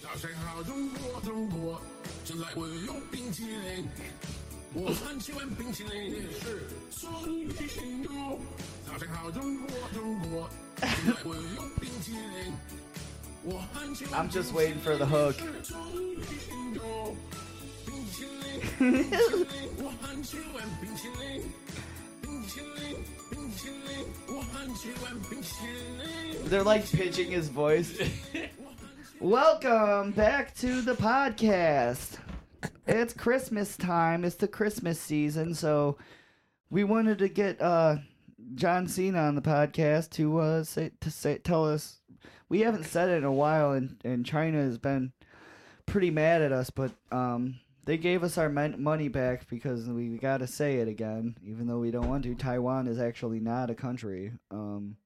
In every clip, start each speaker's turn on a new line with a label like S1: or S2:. S1: 早上好，中国，中国，请来我用冰淇淋。我很喜欢冰淇淋，也是所有的星座。早上好，中国，中国，请来我用冰淇淋。我很喜欢
S2: I'm just waiting for the hook.
S1: 冰淇淋也是所有的星座冰淇淋，冰淇淋，我很喜欢冰淇淋。冰淇淋，冰淇淋，我很喜欢冰淇淋。
S2: They're like pitching his voice. Welcome back to the podcast. It's Christmas time. It's the Christmas season, so we wanted to get uh, John Cena on the podcast to uh, say to say tell us. We haven't said it in a while, and, and China has been pretty mad at us, but um, they gave us our men- money back because we got to say it again, even though we don't want to. Taiwan is actually not a country. Um,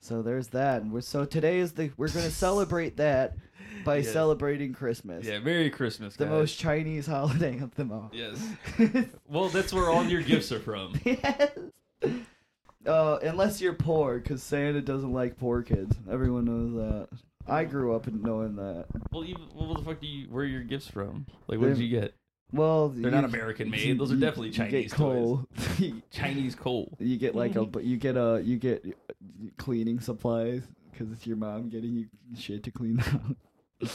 S2: so there's that. And we're, so today is the we're going to celebrate that by
S3: Yes.
S2: celebrating Christmas.
S3: Yeah, Merry Christmas,
S2: The
S3: guys.
S2: most Chinese holiday of them all.
S3: Yes. Well, that's where all your gifts are from.
S2: yes. Uh, unless you're poor, because Santa doesn't like poor kids. Everyone knows that. I grew up knowing that.
S3: Well, you, well, what the fuck do you? Where are your gifts from? Like, what did
S2: They're-
S3: you get?
S2: Well,
S3: They're not American made. Those are definitely
S2: You get
S3: Chinese toys.
S2: coal. You-
S3: Chinese coal.
S2: you get like a, but you get a, you get cleaning supplies because it's your mom getting you shit to clean out.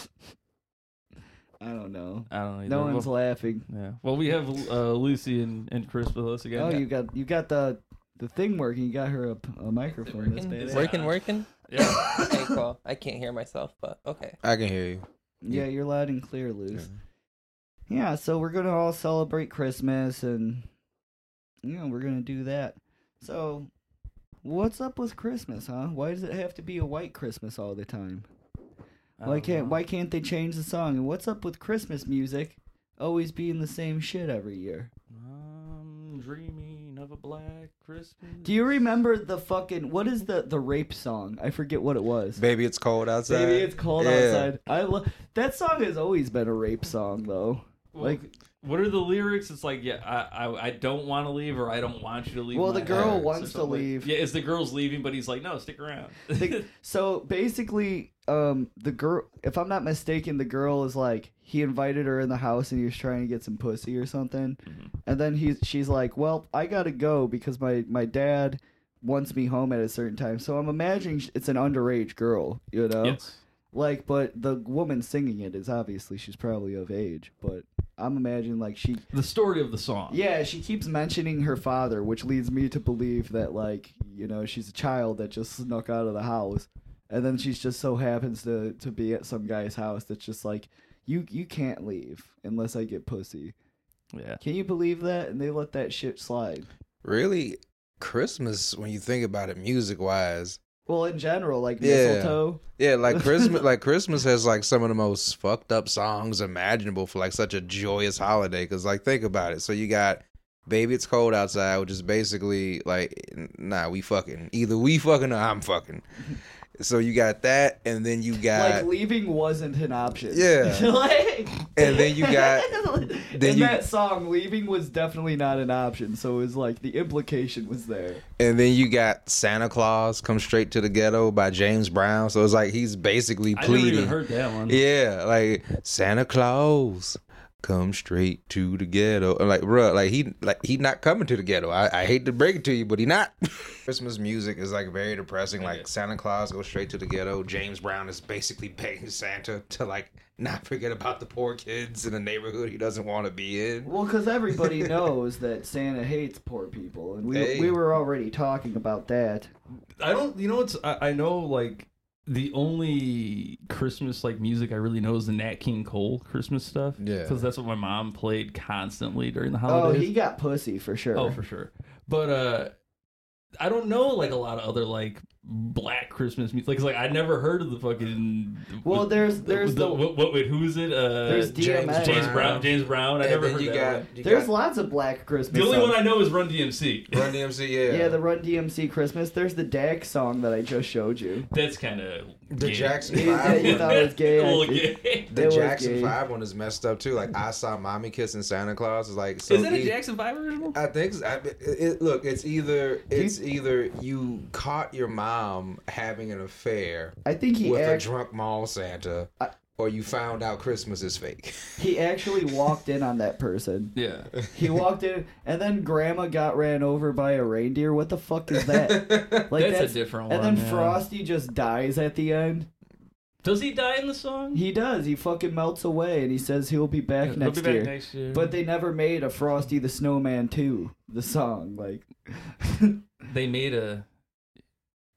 S2: I don't know.
S3: I don't know.
S2: No
S3: either.
S2: one's
S3: well,
S2: laughing.
S3: yeah. Well, we have uh, Lucy and, and Chris with us again.
S2: Oh, you got you got the the thing working. You got her a, a microphone. That's bad.
S4: Working, working, working.
S3: Yeah.
S4: Okay, cool. I can't hear myself, but okay.
S5: I can hear you.
S2: Yeah, you're loud and clear, Luz. Yeah. so we're gonna all celebrate Christmas and you know, we're gonna do that. So what's up with Christmas, huh? Why does it have to be a white Christmas all the time?
S3: I
S2: Why
S3: don't
S2: can't
S3: know.
S2: why can't they change the song? And what's up with Christmas music always being the same shit every year?
S3: I'm dreaming of a black Christmas.
S2: Do you remember the fucking what is the the rape song? I forget what it was.
S5: Baby, it's cold outside.
S2: Baby, it's cold
S5: Yeah.
S2: outside. I love that song has always been a rape song though.
S3: Well,
S2: like
S3: what are the lyrics? It's like, yeah, I, I, I don't want to leave, or I don't want you to leave.
S2: Well,
S3: my
S2: the girl
S3: house," or
S2: wants to
S3: something like-
S2: leave.
S3: Yeah, it's the girl's leaving, but he's like, no, stick around.
S2: The- so basically, um, the girl, if I'm not mistaken, the girl is like he invited her in the house and he was trying to get some pussy or something, and then he's she's like, well, I gotta go because my my dad wants me home at a certain time. So I'm imagining sh- it's an underage girl, you know,
S3: yes.
S2: like, but the woman singing it is obviously she's probably of age, but I'm imagining like she
S3: The story of the song.
S2: yeah, she keeps mentioning her father, which leads me to believe that like, you know, she's a child that just snuck out of the house. And then she's just so happens to to be at some guy's house that's just like, you you can't leave unless I get pussy.
S3: Yeah.
S2: Can you believe that? And they let that shit slide.
S5: Really, Christmas when you think about it, music wise,
S2: Well, in general, like
S5: Yeah.
S2: mistletoe.
S5: yeah, like Christmas, like Christmas has like some of the most fucked up songs imaginable for like such a joyous holiday. Because like think about it, so you got "Baby, It's Cold Outside," which is basically like, nah, we fucking either we fucking or I'm fucking. So you got that, and then you
S2: Like
S5: got
S2: leaving wasn't an option.
S5: Uh, Yeah.
S2: like,
S5: And then you got- then
S2: in
S5: you-
S2: that song, leaving was definitely not an option. So it was like the implication was there.
S5: and then you got Santa Claus Come Straight to the Ghetto by James Brown. So it's like he's basically
S3: I never
S5: pleading.
S3: even heard that one.
S5: Yeah, like Santa Claus come straight to the ghetto. And like, bruh, like he like he not coming to the ghetto. I, I hate to break it to you, but he not. Christmas music is like very depressing. Like Santa Claus goes straight to the ghetto. James Brown is basically begging Santa to like not forget about the poor kids in the neighborhood he doesn't want to be in.
S2: Well, because everybody knows that Santa hates poor people, and we
S5: Hey.
S2: we were already talking about that.
S3: I don't. You know what's? I, I know like the only Christmas like music I really know is the Nat King Cole Christmas stuff.
S5: Yeah.
S3: because that's what my mom played constantly during the
S2: Oh,
S3: holidays.
S2: he got pussy for sure.
S3: Oh, for sure. But uh, I don't know like a lot of other like black Christmas music. Like, 'cause, like I never heard of the fucking.
S2: Well, there's- there's the-
S3: what, what wait, who is it? Uh,
S2: There's
S3: James
S2: DMX.
S5: James
S3: Brown. James Brown. I
S5: And
S3: never
S5: then
S3: heard
S5: you
S3: that.
S5: got,
S3: one.
S5: you
S2: There's
S5: got
S2: lots of black Christmas.
S3: The only
S2: songs.
S3: one I know is Run DMC.
S5: Run DMC. Yeah,
S2: Yeah, the Run DMC Christmas. There's the Dak song that I just showed you.
S3: That's kind of
S5: The Jackson
S2: You-
S5: Five.
S2: you
S5: one.
S2: thought it was gay.
S3: A little
S2: It-
S3: gay.
S2: it
S5: The
S2: was
S5: Jackson
S2: gay.
S5: Five one is messed up too. Like I saw mommy kissing Santa Claus is like. So
S3: Is that a
S5: deep.
S3: Jackson Five original?
S5: I think so. I, it, it, look, it's either it's either you caught your mom having an affair
S2: I think he
S5: with a
S2: act-
S5: drunk mall Santa,
S2: I-
S5: or you found out Christmas is fake.
S2: He actually walked in on that person.
S3: Yeah.
S2: He walked in, and then Grandma got ran over by a reindeer. What the fuck is that? Like
S3: That's a different
S2: And
S3: one,
S2: then
S3: yeah.
S2: Frosty just dies at the end.
S3: Does he die in the song?
S2: He does. He fucking melts away, and he says he'll be back
S3: He'll
S2: next
S3: be back
S2: year.
S3: next year.
S2: But they never made a Frosty the Snowman 2, the song. Like,
S3: they made a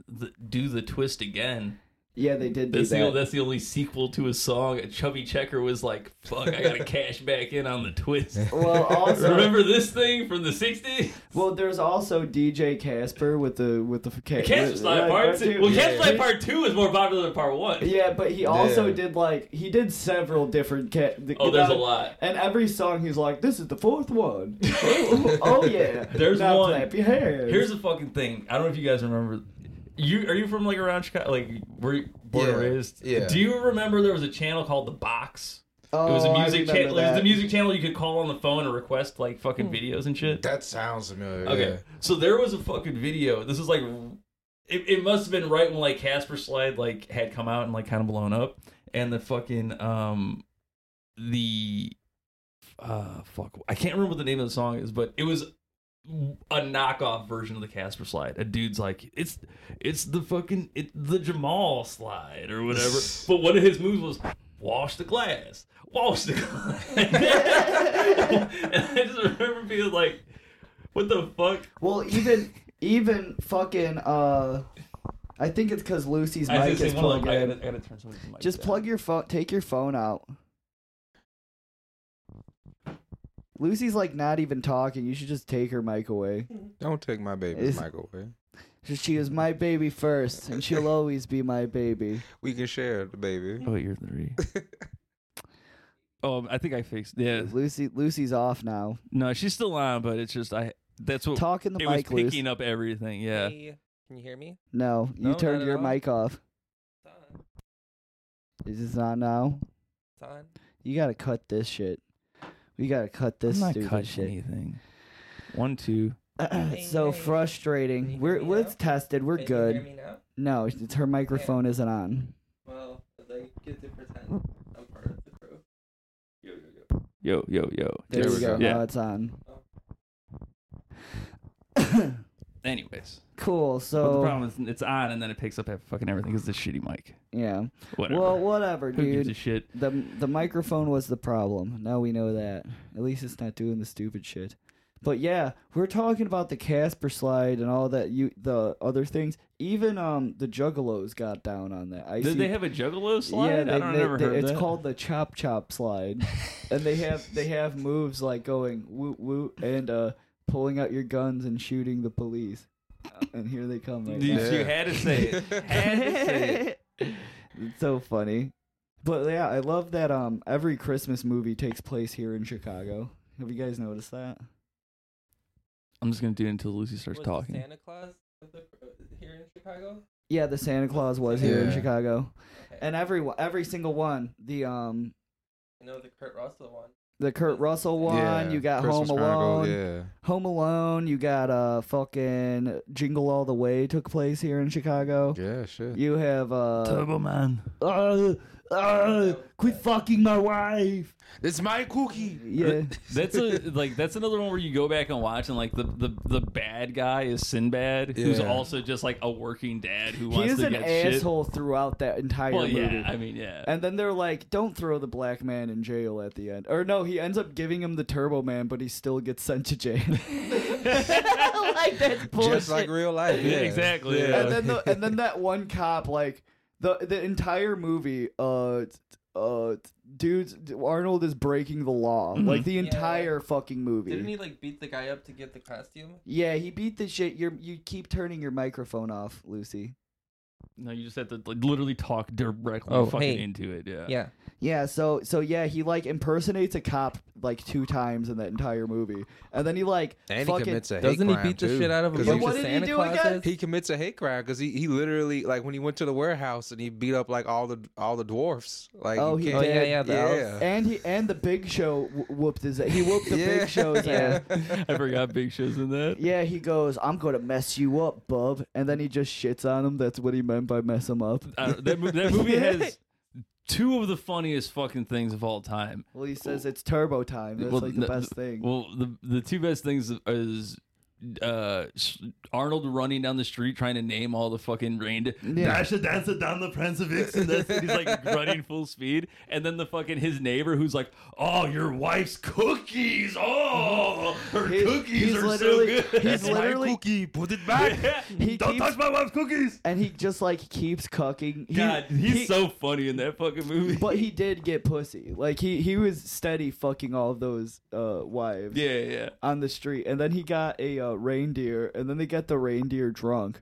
S3: the, do the twist again.
S2: yeah, they did do
S3: That's the,
S2: that.
S3: that's the only sequel to his song. Chubby Checker was like, "Fuck, I gotta cash back in on the twist."
S2: Well, also,
S3: Remember this thing from the '60s?
S2: well, there's also DJ Casper with the with the ca-
S3: Catch Fly
S2: yeah,
S3: Part
S2: too.
S3: Two. Well, Catch
S5: Yeah.
S3: Fly Part Two is more popular than Part One.
S2: Yeah, but he also
S5: Yeah.
S2: did like he did several different cat.
S3: Oh, there's a lot.
S2: And every song he's like, "This is the fourth one." oh, oh, yeah,
S3: There's
S2: now
S3: one.
S2: Clap your hands.
S3: Here's the fucking thing. I don't know if you guys remember. You are you from like around Chicago? Like were you born and
S5: Yeah.
S3: raised?
S5: Yeah.
S3: Do you remember there was a channel called The Box?
S2: oh,
S3: it was a
S2: I
S3: music
S2: remember
S3: channel. It was
S2: that.
S3: a music channel you could call on the phone and request like fucking videos and shit.
S5: That sounds familiar.
S3: Okay. So there was a fucking video. This is like it, it must have been right when like Casper Slide like had come out and like kind of blown up and the fucking um the uh fuck I can't remember what the name of the song is but it was a knockoff version of the Casper Slide. A dude's like it's it's the fucking it, the Jamal Slide or whatever. but one of his moves was wash the glass. Wash the glass. and I just remember being like what the fuck?
S2: Well, even even fucking uh, I think it's because Lucy's
S3: I
S2: mic
S3: just
S2: is
S3: think one of
S2: plugged
S3: them- I
S2: in.
S3: gotta, I gotta turn something. Mic
S2: Just
S3: down.
S2: plug your phone. Take your phone out. Lucy's like not even talking. You should just take her mic away.
S5: Don't take my baby's
S2: It's-
S5: mic away.
S2: She was my baby first, and she'll always be my baby.
S5: We can share the baby.
S3: Oh, you're three. oh, I think I fixed. Yeah,
S2: Lucy, Lucy's off now.
S3: no, she's still on, but it's just I. That's
S4: Oh,
S3: what
S2: Talk in the
S3: it was
S2: mic, Lucy.
S3: picking up everything. Yeah,
S4: Hey, can you hear me?
S2: No, you
S4: No, not
S2: turned
S4: at
S2: your
S4: all.
S2: mic off.
S4: It's on.
S2: Is this not now?
S4: It's on.
S2: You gotta cut this shit. We gotta cut this stupid shit.
S3: anything. One, two.
S2: it's so
S4: Hey, hey. Can
S2: frustrating.
S4: you
S2: We're
S4: hear me
S2: we're
S4: now?
S2: tested. We're
S4: Can You
S2: good.
S4: hear me now?
S2: No, it's her microphone isn't on.
S4: Well, I get to pretend I'm part of the crew. Yo, yo,
S3: Yo,
S4: yo.
S3: yo, yo.
S2: There,
S5: There
S2: we
S5: we
S2: go.
S5: go.
S3: Yeah.
S2: Now it's on.
S3: Anyways,
S2: Cool.
S3: but the
S2: So
S3: problem is it's on and then it picks up fucking everything because this shitty mic.
S2: yeah.
S3: Whatever.
S2: Well, whatever,
S3: Who gives a
S2: dude.
S3: shit?
S2: The the microphone was the problem. Now we know that. At least it's not doing the stupid shit. But yeah, we're talking about the Casper slide and all that. You the other things. Even um the Juggalos got down on that. I
S3: Did they have a Juggalo slide?
S2: Yeah,
S3: I
S2: they,
S3: don't
S2: they-
S3: never
S2: they-
S3: heard
S2: it's
S3: that.
S2: called the chop chop slide, and they have they have moves like going woot woot and uh pulling out your guns and shooting the police. Uh, And here they come right
S3: You,
S2: now.
S3: you had to say it. Had to say it.
S2: it's so funny. But yeah, I love that um every Christmas movie takes place here in Chicago. Have you guys noticed that?
S3: I'm just gonna do it until Lucy starts
S4: Was the
S3: talking.
S4: Santa Claus of the, uh, here in Chicago?
S2: Yeah, the Santa Claus was here in
S5: Yeah.
S2: Chicago.
S4: Okay.
S2: And every one- every single one, the um
S4: I know the Kurt Russell one.
S2: the Kurt Russell one, you got
S5: Christmas
S2: Home
S5: Chronicle,
S2: Alone.
S5: Yeah.
S2: Home Alone, you got uh fucking Jingle All the Way took place here in Chicago.
S5: Yeah, shit.
S2: You have uh,
S3: Turbo Man.
S2: uh, uh
S4: um,
S2: quit fucking my wife.
S5: It's my cookie.
S2: Yeah.
S3: That's a like that's another one where you go back and watch and like the the, the bad guy is Sinbad, who's
S5: Yeah.
S3: also just like a working dad who
S2: He
S3: wants
S2: is
S3: to
S2: an
S3: get
S2: asshole throughout that entire
S3: shit. Well,
S2: movie.
S3: yeah, I mean, yeah.
S2: And then they're like, "Don't throw the black man in jail at the end." Or no, he ends up giving him the Turbo Man, but he still gets sent to jail. like that's bullshit.
S5: Just like real life.
S3: Yeah,
S5: Yeah,
S3: exactly, yeah.
S2: and then the, and then that one cop like the the entire movie uh t- uh t- dudes arnold is breaking the law
S5: Mm-hmm.
S2: like the entire fucking movie
S4: Didn't he like beat the guy up to get the costume?
S2: yeah he beat the shit you you keep turning your microphone off lucy
S3: no, you just have to like literally talk directly
S4: Oh,
S3: fucking
S4: hey.
S3: into it. Yeah.
S4: Yeah.
S2: yeah so so yeah he like impersonates a cop like two times in that entire movie and then he like
S5: And he
S2: fucking
S5: commits a hate
S4: Doesn't he
S5: crime
S4: beat the
S5: too,
S4: shit out of a
S5: 'cause
S4: bunch
S5: he
S2: But
S4: of
S2: what
S5: just-
S2: did he
S4: Santa
S2: do again?
S4: Clauses?
S5: He commits a hate crime because he, he literally like when he went to the warehouse and he beat up like all the all the dwarfs. Like
S2: Oh,
S5: you
S2: he
S5: can't-
S2: did.
S4: Oh, yeah, yeah, the
S5: yeah.
S2: and he and the big show wh- whooped his he whooped the
S5: Yeah.
S2: big show's ass
S3: I forgot Big Show's in that.
S2: Yeah, he goes, I'm gonna mess you up, bub, and then he just shits on him. That's what he meant by mess him up.
S3: I don't- that, mo- that movie has two of the funniest fucking things of all time.
S2: Well, he says it's turbo time. That's like the
S3: Oh. no-
S2: best thing.
S3: Well, the the two best things is uh, s- Arnold running down the street trying to name all the fucking rain.
S2: Yeah.
S3: Dash it, dance it down the Prince of Ix, and that's- he's like running full speed, and then the fucking his neighbor who's like, "Oh, your wife's cookies! Oh, her
S2: He's-
S3: cookies
S2: he's
S3: are so
S2: literally-
S3: good."
S2: he's That's my literally-
S3: cookie. Put it back.
S2: He
S3: Don't
S2: keeps-
S3: touch my wife's cookies.
S2: and he just like keeps cucking. He-
S3: God, he's
S2: he-
S3: so funny in that fucking movie.
S2: But he did get pussy. Like he he was steady fucking all of those uh wives
S3: yeah, yeah.
S2: on the street, and then he got a uh, reindeer, and then they get the reindeer drunk.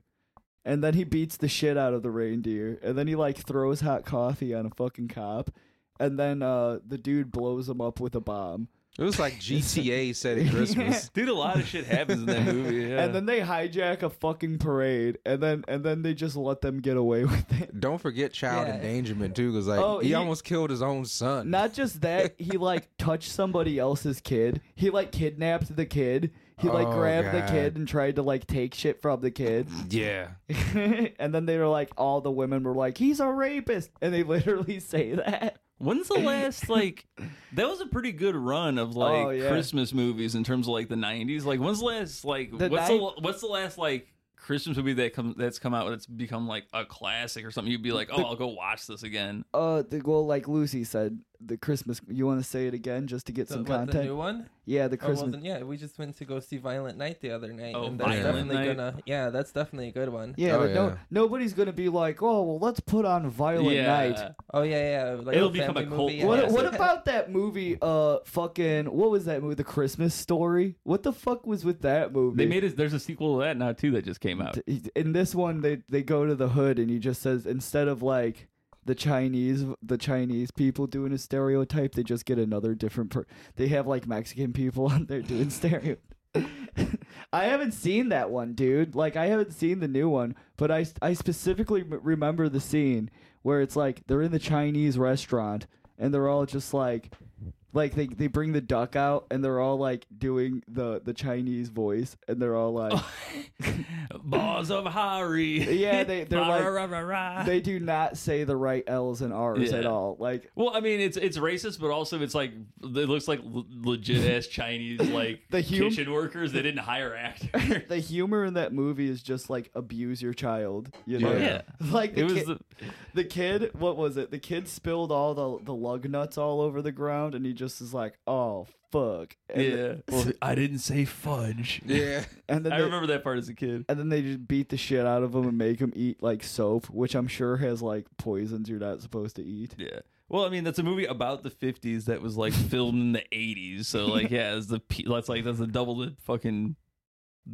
S2: And then he beats the shit out of the reindeer, and then he like throws hot coffee on a fucking cop, and then uh, the dude blows him up with a bomb.
S5: It was like GTA said at Christmas.
S3: Dude, a lot of shit happens in that movie. Yeah.
S2: and then they hijack a fucking parade, and then and then they just let them get away with it.
S5: Don't forget child
S4: Yeah.
S5: endangerment too, because like
S2: Oh,
S5: he,
S2: he-
S5: almost killed his own son.
S2: Not just that, he like touched somebody else's kid. He like kidnapped the kid. He like
S5: Oh,
S2: grabbed
S5: God.
S2: the kid and tried to like take shit from the kid.
S5: yeah,
S2: and then they were like, all the women were like, he's a rapist. And they literally say that.
S3: When's the last like? That was a pretty good run of like
S2: Oh, yeah.
S3: Christmas movies in terms of like the '90s. Like, when's the last like?
S2: The
S3: what's
S2: ni-
S3: the what's the last like Christmas movie that come that's come out that's become like a classic or something? You'd be like, oh, I'll go watch this again.
S2: Uh, the, well, like Lucy said, the Christmas. You want to say it again just to get
S4: So,
S2: some
S4: what, the
S2: content?
S4: new one?
S2: yeah, the
S4: Or
S2: Christmas.
S4: wasn't- yeah, we just went to go see Violent Night the other night.
S3: Oh,
S4: and that's
S3: Violent
S4: definitely
S3: Night.
S4: gonna Yeah, that's definitely a good one.
S2: Yeah,
S5: Oh,
S2: but no,
S5: yeah.
S2: nobody's gonna be like, oh, well, let's put on Violent
S3: yeah.
S2: Night.
S4: Oh yeah, yeah. Like
S3: It'll
S4: a
S3: become
S4: family
S3: a cult
S4: movie,
S2: What,
S3: classic.
S2: what about that movie? Uh, fucking what was that movie? The Christmas Story. What the fuck was with that movie?
S3: They made it. There's a sequel to that now too that just came out.
S2: in this one. They they go to the hood and he just says instead of like the Chinese the Chinese people doing a stereotype, they just get another different. Per- they have like Mexican people on there doing stereo. I haven't seen that one, dude. Like I haven't seen the new one, but I I specifically m- remember the scene where it's like they're in the Chinese restaurant and they're all just like like they, they bring the duck out and they're all like doing the the Chinese voice and they're all like
S3: Balls of Hari.
S2: Yeah, they- they're like-
S3: like
S2: they do not say the right L's and R's at
S3: Yeah.
S2: all. Like
S3: Well, I mean, it's it's racist, but also it's like it looks like l- legit ass Chinese like
S2: The hum-
S3: kitchen workers. They didn't hire actors.
S2: the humor in that movie is just like abuse your child, you know?
S3: Yeah.
S2: Like the
S3: It was
S2: kid,
S3: the-
S2: the... kid, what was it? The kid spilled all the the lug nuts all over the ground and he just is like, "Oh, fuck." And
S3: Yeah. Well, I didn't say fudge.
S5: yeah.
S2: and then
S3: I
S2: they-
S3: remember that part as a kid.
S2: and then they just beat the shit out of him and make him eat like soap, which I'm sure has like poisons you're not supposed to eat.
S3: Yeah. Well, I mean, that's a movie about the '50s that was like filmed in the '80s. So, like, yeah, it's the pe- that's like that's the double the fucking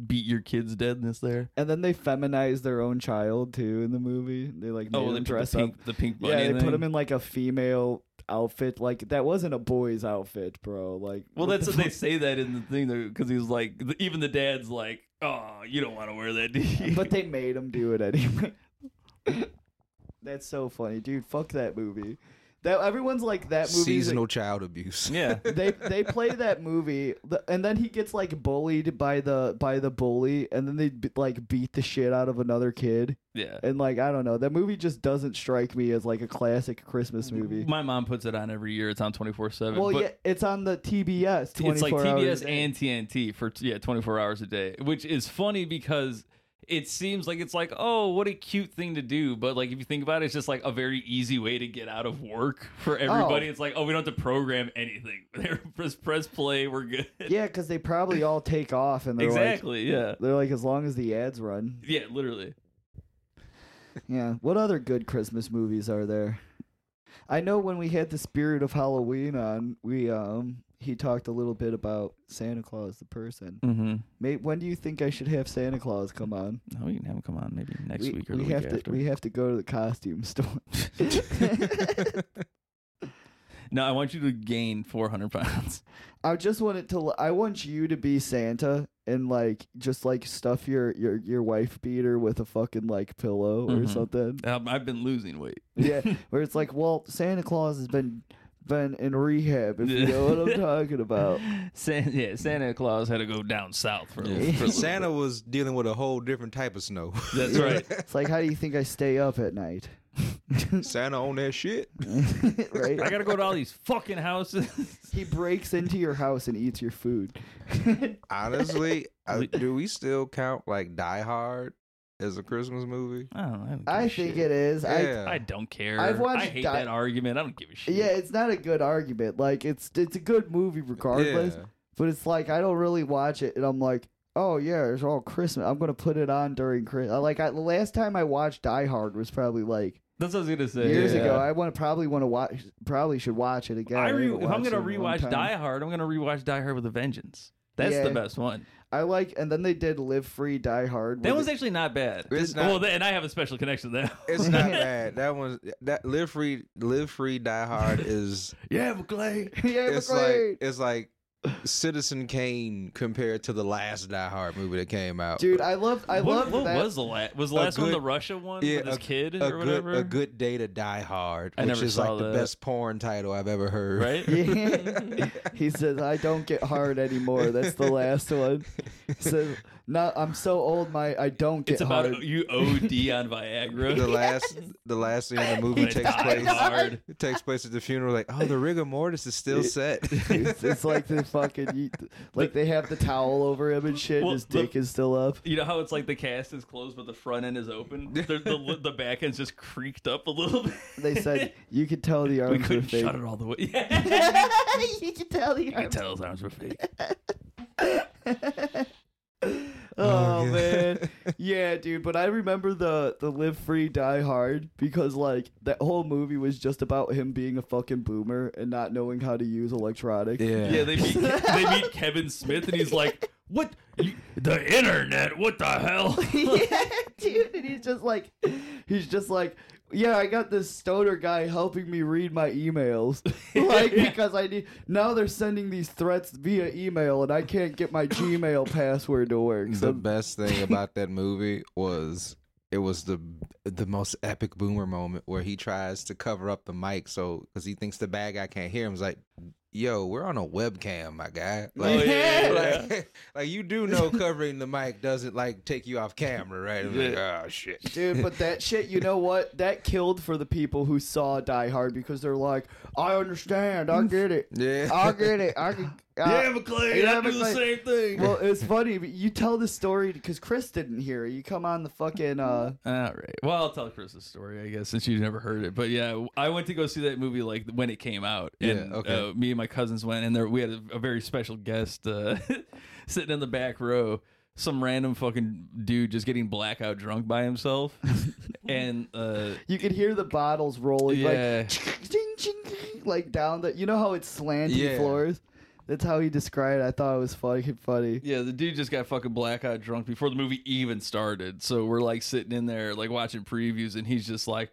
S3: beat your kids deadness there.
S2: And then they feminize their own child too in the movie. They like made
S3: Oh, well,
S2: him
S3: they put
S2: dress
S3: the pink,
S2: up.
S3: the pink bunny.
S2: Yeah, they
S3: thing.
S2: put him in like a female outfit. Like that wasn't a boy's outfit, bro. Like what
S3: Well, that's
S2: the
S3: what they
S2: fuck?
S3: say that in the thing because he's like, th- even the dad's like, oh, you don't want to wear that. Do you?
S2: But they made him do it anyway. that's so funny, dude. Fuck that movie. That everyone's like that movie.
S5: Seasonal child abuse.
S3: yeah.
S2: they they play that movie the- and then he gets like bullied by the by the bully and then they b- like beat the shit out of another kid
S3: Yeah.
S2: and like I don't know that movie just doesn't strike me as like a classic Christmas movie.
S3: My mom puts it on every year. It's on 24 7.
S2: Well, yeah, it's on the TBS. 24
S3: it's like
S2: hours
S3: TBS
S2: a day.
S3: and TNT for yeah 24 hours a day, which is funny because it seems like it's like oh what a cute thing to do, but like if you think about it, it's just like a very easy way to get out of work for everybody.
S2: Oh.
S3: It's like oh we don't have to program anything. press press play, we're good.
S2: yeah, because they probably all take off and they're like
S3: exactly. yeah.
S2: they're like as long as the ads run.
S3: Yeah. Literally.
S2: Yeah. What other good Christmas movies are there? I know when we had the spirit of Halloween on, we um he talked a little bit about Santa Claus the person.
S3: Mm-hmm.
S2: Mate, when do you think I should have Santa Claus come on?
S3: No, we can have him come on maybe next
S2: we, we have to we have to go to the costume store.
S3: No, I want you to gain 400 pounds.
S2: I just want it to. I want you to be Santa and like just like stuff your your your wife beater with a fucking like pillow or
S3: Mhm.
S2: something.
S3: Um, I've been losing weight.
S2: Yeah, where it's like, well, Santa Claus has been been in rehab. If you
S3: Yeah.
S2: know what I'm talking about.
S3: San- yeah, Santa Claus had to go down south for, a little- for a little
S5: Santa was dealing with a whole different type of snow.
S3: That's right.
S2: It's like, how do you think I stay up at night?
S5: Santa on that shit.
S2: right?
S3: I gotta go to all these fucking houses.
S2: he breaks into your house and eats your food.
S5: Honestly, I, do we still count like Die Hard as a Christmas movie?
S3: I don't. know, I,
S2: I think it is. I
S5: Yeah.
S3: I don't care.
S2: I've watched
S3: I hate
S2: Di-
S3: that argument. I don't give a shit.
S2: yeah, it's not a good argument. Like it's it's a good movie regardless,
S5: Yeah.
S2: but it's like I don't really watch it, and I'm like, oh yeah, it's all Christmas. I'm gonna put it on during Christmas. Like I, the last time I watched Die Hard was probably like
S3: that's what I was gonna say.
S2: years
S5: Yeah.
S2: ago. I want to probably want to watch. Probably should watch it again. I
S3: I re-
S2: haven't
S3: if I'm
S2: watched
S3: gonna
S2: it in a long
S3: rewatch
S2: time.
S3: Die Hard, I'm gonna rewatch Die Hard with a vengeance. That's
S2: Yeah.
S3: the best one.
S2: I like, and then they did Live Free, Die Hard.
S3: That
S2: where
S3: one's
S2: they-
S3: actually not bad.
S5: It's
S3: well,
S5: not-
S3: th- and I have a special connection to that.
S5: It's not bad. That one's that live free, live free, die hard is
S3: yeah, Clay.
S2: yeah,
S5: it's
S2: McLean!
S5: like it's like Citizen Kane compared to the last Die Hard movie that came out.
S2: dude, I love, I
S3: what,
S2: love
S3: what
S2: that.
S3: was the last? Was the
S5: a
S3: last one the
S5: good-
S3: Russia one with his
S5: a-
S3: kid
S5: a
S3: or
S5: good,
S3: whatever?
S5: A good day to Die Hard,
S3: I
S5: which
S3: never
S5: is
S3: saw
S5: like the
S3: that.
S5: best porn title I've ever heard.
S3: right?
S2: Yeah. he says, "I don't get hard anymore." That's the last one. Says, "No, I'm so old. My I don't get
S3: It's about
S2: hard."
S3: you OD on Viagra.
S5: The last, the last scene of the movie
S3: When it
S5: takes
S3: dies
S5: place.
S3: hard.
S5: It takes place at the funeral. Like, oh, the rigor mortis is still set.
S2: it's, it's like the fucking, you- like they have the towel over him and shit.
S3: Well,
S2: his
S3: the-
S2: dick is still up.
S3: You know how it's like the cast is closed, but the front end is open. The, the, the back end's just creaked up a little bit.
S2: They said you could tell the
S3: we
S2: arms were
S3: couldn't
S2: fake.
S3: shut it all the way. Yeah.
S2: you could tell the arms.
S3: Tell those arms were fake.
S2: Oh,
S5: Oh, yeah.
S2: man, yeah, dude. But I remember the the live free, die hard because like that whole movie was just about him being a fucking boomer and not knowing how to use electronic.
S3: Yeah, they meet they meet Kevin Smith, and he's like, "What? You, the internet? What the hell?"
S2: yeah, dude. And he's just like, he's just like, yeah, I got this stoner guy helping me read my emails, like because I need. Now they're sending these threats via email, and I can't get my Gmail password to work.
S5: the
S2: So
S5: best thing about that movie was it was the the most epic boomer moment where he tries to cover up the mic so because he thinks the bad guy can't hear him. He's like, "Yo, we're on a webcam, my guy." Like,
S3: Oh, yeah, yeah,
S5: like, like, you do know covering the mic doesn't like take you off camera, right? I'm like, oh shit.
S2: Dude, but that shit, you know what? That killed for the people who saw Die Hard because they're like, I understand, I get it,
S5: Yeah.
S2: I get it, I can.
S3: yeah,
S2: Uh,
S3: McClay,
S2: yeah,
S3: I do the
S2: McClay.
S3: same thing.
S2: well, it's funny. But you tell the story because Chris didn't hear. it. You come on the fucking uh,
S3: All right. Well, I'll tell Chris's story, I guess, since you've never heard it. But yeah, I went to go see that movie like when it came out, and
S5: Yeah, okay.
S3: uh, me and my cousins went, and there we had a, a very special guest uh, sitting in the back row. Some random fucking dude just getting blackout drunk by himself, and uh,
S2: You could hear the bottles rolling
S3: Yeah.
S2: like ching, ching, ching, like down the you know how it's slanty
S5: Yeah.
S2: floors? That's how he described it. I thought it was fucking funny.
S3: Yeah, the dude just got fucking blackout drunk before the movie even started. So we're like sitting in there, like watching previews, and he's just like,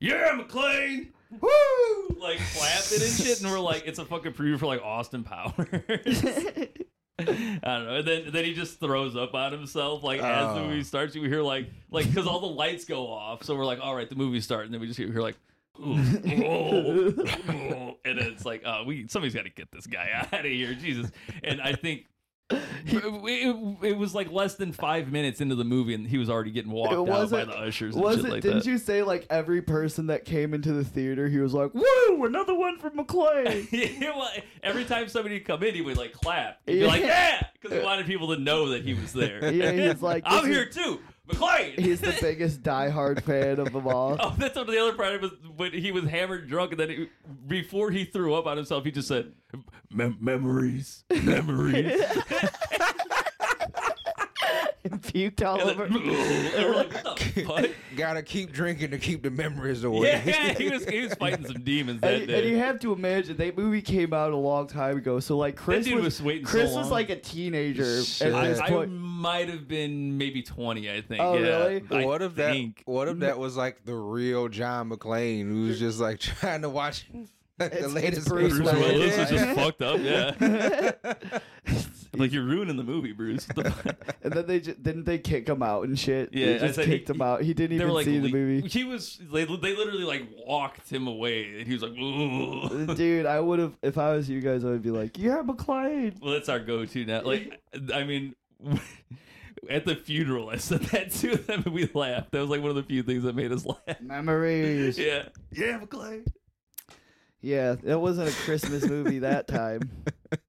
S3: "Yeah, McLean, woo!" Like clapping and shit, and we're like, "It's a fucking preview for like Austin Powers." I don't know. And then then he just throws up on himself. Like as the
S5: Oh.
S3: movie starts, you hear like like because all the lights go off, so we're like, "All right, the movie's starting." And then we just hear, hear like. "Ooh, ooh, ooh," and it's like, oh, we somebody's got to get this guy out of here, Jesus! And I think it, it- it was like less than five minutes into the movie, and he was already getting walked
S2: It
S3: out by
S2: wasn't-
S3: the ushers and
S2: Was
S3: shit
S2: it
S3: like
S2: didn't
S3: that.
S2: you say like every person that came into the theater he was like, Woo, another one from McClay.
S3: Yeah, well, every time somebody would come in, he would like clap. He'd be
S2: Yeah.
S3: like, "Yeah," because he wanted people to know that he was there.
S2: Yeah, he's like,
S3: "I'm
S2: this
S3: here too, McLean."
S2: He's the biggest diehard fan of them all.
S3: oh, that's what the other part was when he was hammered drunk, and then he, before he threw up on himself, he just said, "Mem- "Memories, memories."
S2: If you tell
S3: and, then,
S2: him
S3: and we're like, "What the fuck?"
S5: Gotta keep drinking to keep the memories away.
S3: Yeah, he was he was fighting some demons that
S2: and,
S3: day.
S2: and you have to imagine that movie came out a long time ago, so like Chris
S3: dude was waiting so
S2: Chris
S3: long.
S2: was like a teenager
S5: Shit.
S2: at this
S3: I, I
S2: point.
S3: might have been maybe 20, I think.
S2: Oh,
S3: yeah.
S2: really?
S3: I
S5: What if that?
S3: think.
S5: What if that was like the real John McClane, who was just like trying to watch like,
S2: It's-
S5: the
S2: it's
S5: latest
S2: Bruce
S3: Bruce
S5: Bruce
S2: Willis.
S3: Willis
S5: Yeah.
S3: is just fucked up, yeah. like, you're ruining the movie, Bruce. What the fuck?
S2: And then they just, didn't they kick him out and shit.
S3: Yeah,
S2: they
S3: I
S2: just
S3: said
S2: kicked
S3: he-
S2: him out. He didn't
S3: They were
S2: even
S3: like,
S2: see the
S3: le-
S2: movie.
S3: he was, they, they literally, like, walked him away, and he was like, ooh.
S2: Dude, I would have if I was you guys, I would be like, yeah, McLean.
S3: Well, that's our go to now. Like, I mean, At the funeral, I said that to them and we laughed. That was like one of the few things that made us laugh.
S2: Memories. Yeah.
S3: Yeah. Yeah, McClay.
S2: it wasn't a Christmas movie that time.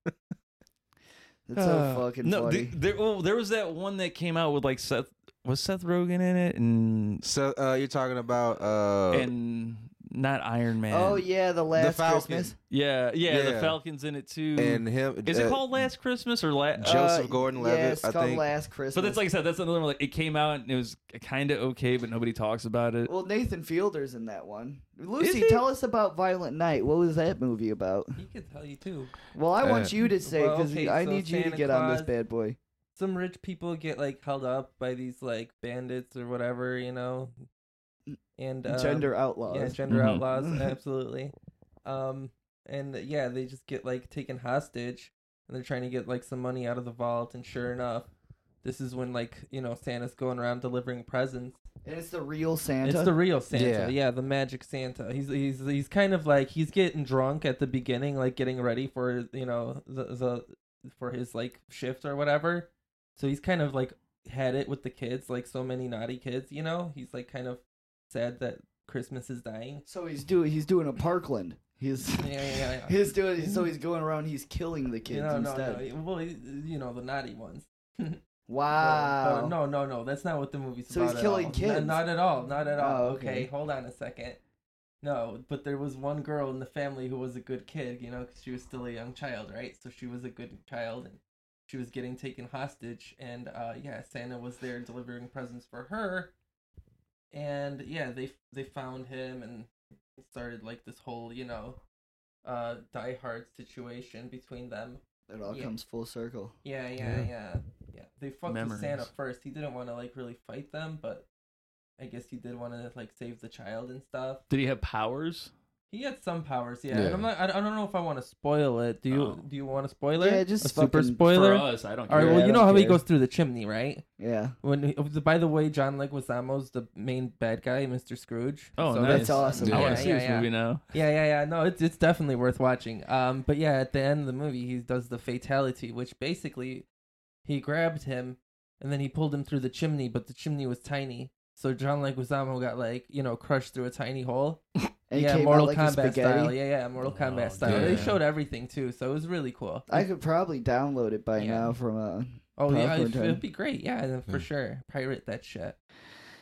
S2: It's
S3: Uh,
S2: so fucking
S3: no,
S2: funny.
S3: the- there, oh, there was that one that came out with like Seth. Was Seth Rogen in it? And
S5: So uh, you're talking about uh,
S3: and not Iron Man.
S2: oh yeah, the last
S5: Falcon.
S2: Christmas.
S3: Yeah, yeah, The
S5: Yeah.
S3: Falcon's in it too.
S5: and him.
S3: is it
S5: uh,
S3: called Last Christmas or Last?
S5: Jo- Joseph Gordon-Levitt,
S2: Yeah, it's
S5: I
S2: called
S5: think.
S2: Uh, Last Christmas.
S3: but that's like I said, that's another one. Like it came out and it was kind of okay, but nobody talks about it.
S2: well, Nathan Fielder's in that one. Lucy,
S3: he?
S2: tell us about Violent Night. What was that movie about?
S4: He could tell you too.
S2: Well, I
S5: Uh,
S2: want you to say
S4: well,
S2: because
S4: okay,
S2: I
S4: so
S2: need you to
S4: Santa
S2: get on this
S4: Claus-
S2: bad boy.
S4: Some rich people get like held up by these like bandits or whatever, you know, and um,
S2: Gender outlaws.
S4: Yeah, gender
S3: Mhm.
S4: outlaws, absolutely. Um, and yeah, they just get like taken hostage, and they're trying to get like some money out of the vault. And sure enough, this is when like you know Santa's going around delivering presents.
S2: and it's the real Santa.
S4: It's the real Santa,
S5: Yeah.
S4: yeah. the magic Santa. He's he's he's kind of like he's getting drunk at the beginning, like getting ready for you know the the for his like shift or whatever. So he's kind of like had it with the kids, like so many naughty kids. You know, he's like kind of sad that Christmas is dying.
S2: so he's doing he's doing a Parkland. He's
S4: Yeah, yeah, yeah. yeah.
S2: he's doing so he's going around. He's killing the kids
S4: You know, no,
S2: instead.
S4: no, Well, you know the naughty ones.
S2: Wow.
S4: Uh, no, no, no. That's not what the movie's
S2: So
S4: about.
S2: he's
S4: at
S2: killing
S4: all.
S2: kids.
S4: No, not at all. Not at all.
S2: Oh,
S4: okay.
S2: okay.
S4: hold on a second. No, but there was one girl in the family who was a good kid, you know, 'cause she was still a young child, right? So she was a good child, and she was getting taken hostage, and uh, yeah, Santa was there delivering presents for her, and yeah, they they found him and started like this whole, you know, uh, diehard situation between them.
S2: It all
S4: Yeah.
S2: comes full circle.
S4: Yeah, yeah,
S3: Yeah.
S4: yeah, yeah. They fucked with Santa
S3: Memories.
S4: first. He didn't want to like really fight them, but I guess he did want to like save the child and stuff.
S3: Did he have powers?
S4: He had some powers, yeah.
S5: Yeah.
S4: And I'm not. I I don't know if I want to spoil it. Do you?
S3: Oh.
S4: Do you want to spoil it?
S2: Yeah, just
S4: a super
S2: fucking-
S3: For
S4: spoiler. All
S3: us, I don't.
S4: right.
S3: care.
S2: Yeah, I
S4: well, you know
S2: don't
S4: how he
S2: care.
S4: goes through the chimney, right?
S2: Yeah.
S4: When he, by the way, John Leguizamo's the main bad guy, Mr. Scrooge.
S3: Oh,
S4: So
S3: nice.
S2: That's awesome.
S3: I
S5: Yeah,
S3: want to see
S4: yeah,
S3: this
S4: yeah.
S3: movie now.
S4: Yeah, yeah, yeah. No, it's it's definitely worth watching. Um, but yeah, at the end of the movie, he does the fatality, which basically he grabbed him and then he pulled him through the chimney, but the chimney was tiny. So John Leguizamo got like you know crushed through a tiny hole.
S2: And he
S4: yeah,
S2: came
S4: Mortal
S2: out like a
S4: Kombat
S2: spaghetti.
S4: style. Yeah, yeah, Mortal Kombat
S3: Oh,
S4: style. They
S5: yeah.
S4: showed everything too, so it was really cool.
S2: I could probably download it by
S4: Yeah.
S2: now from uh, a.
S4: oh yeah,
S2: Popcorn
S4: it'd,
S2: time.
S4: it'd be great. Yeah, then for
S5: Yeah.
S4: sure, pirate that shit.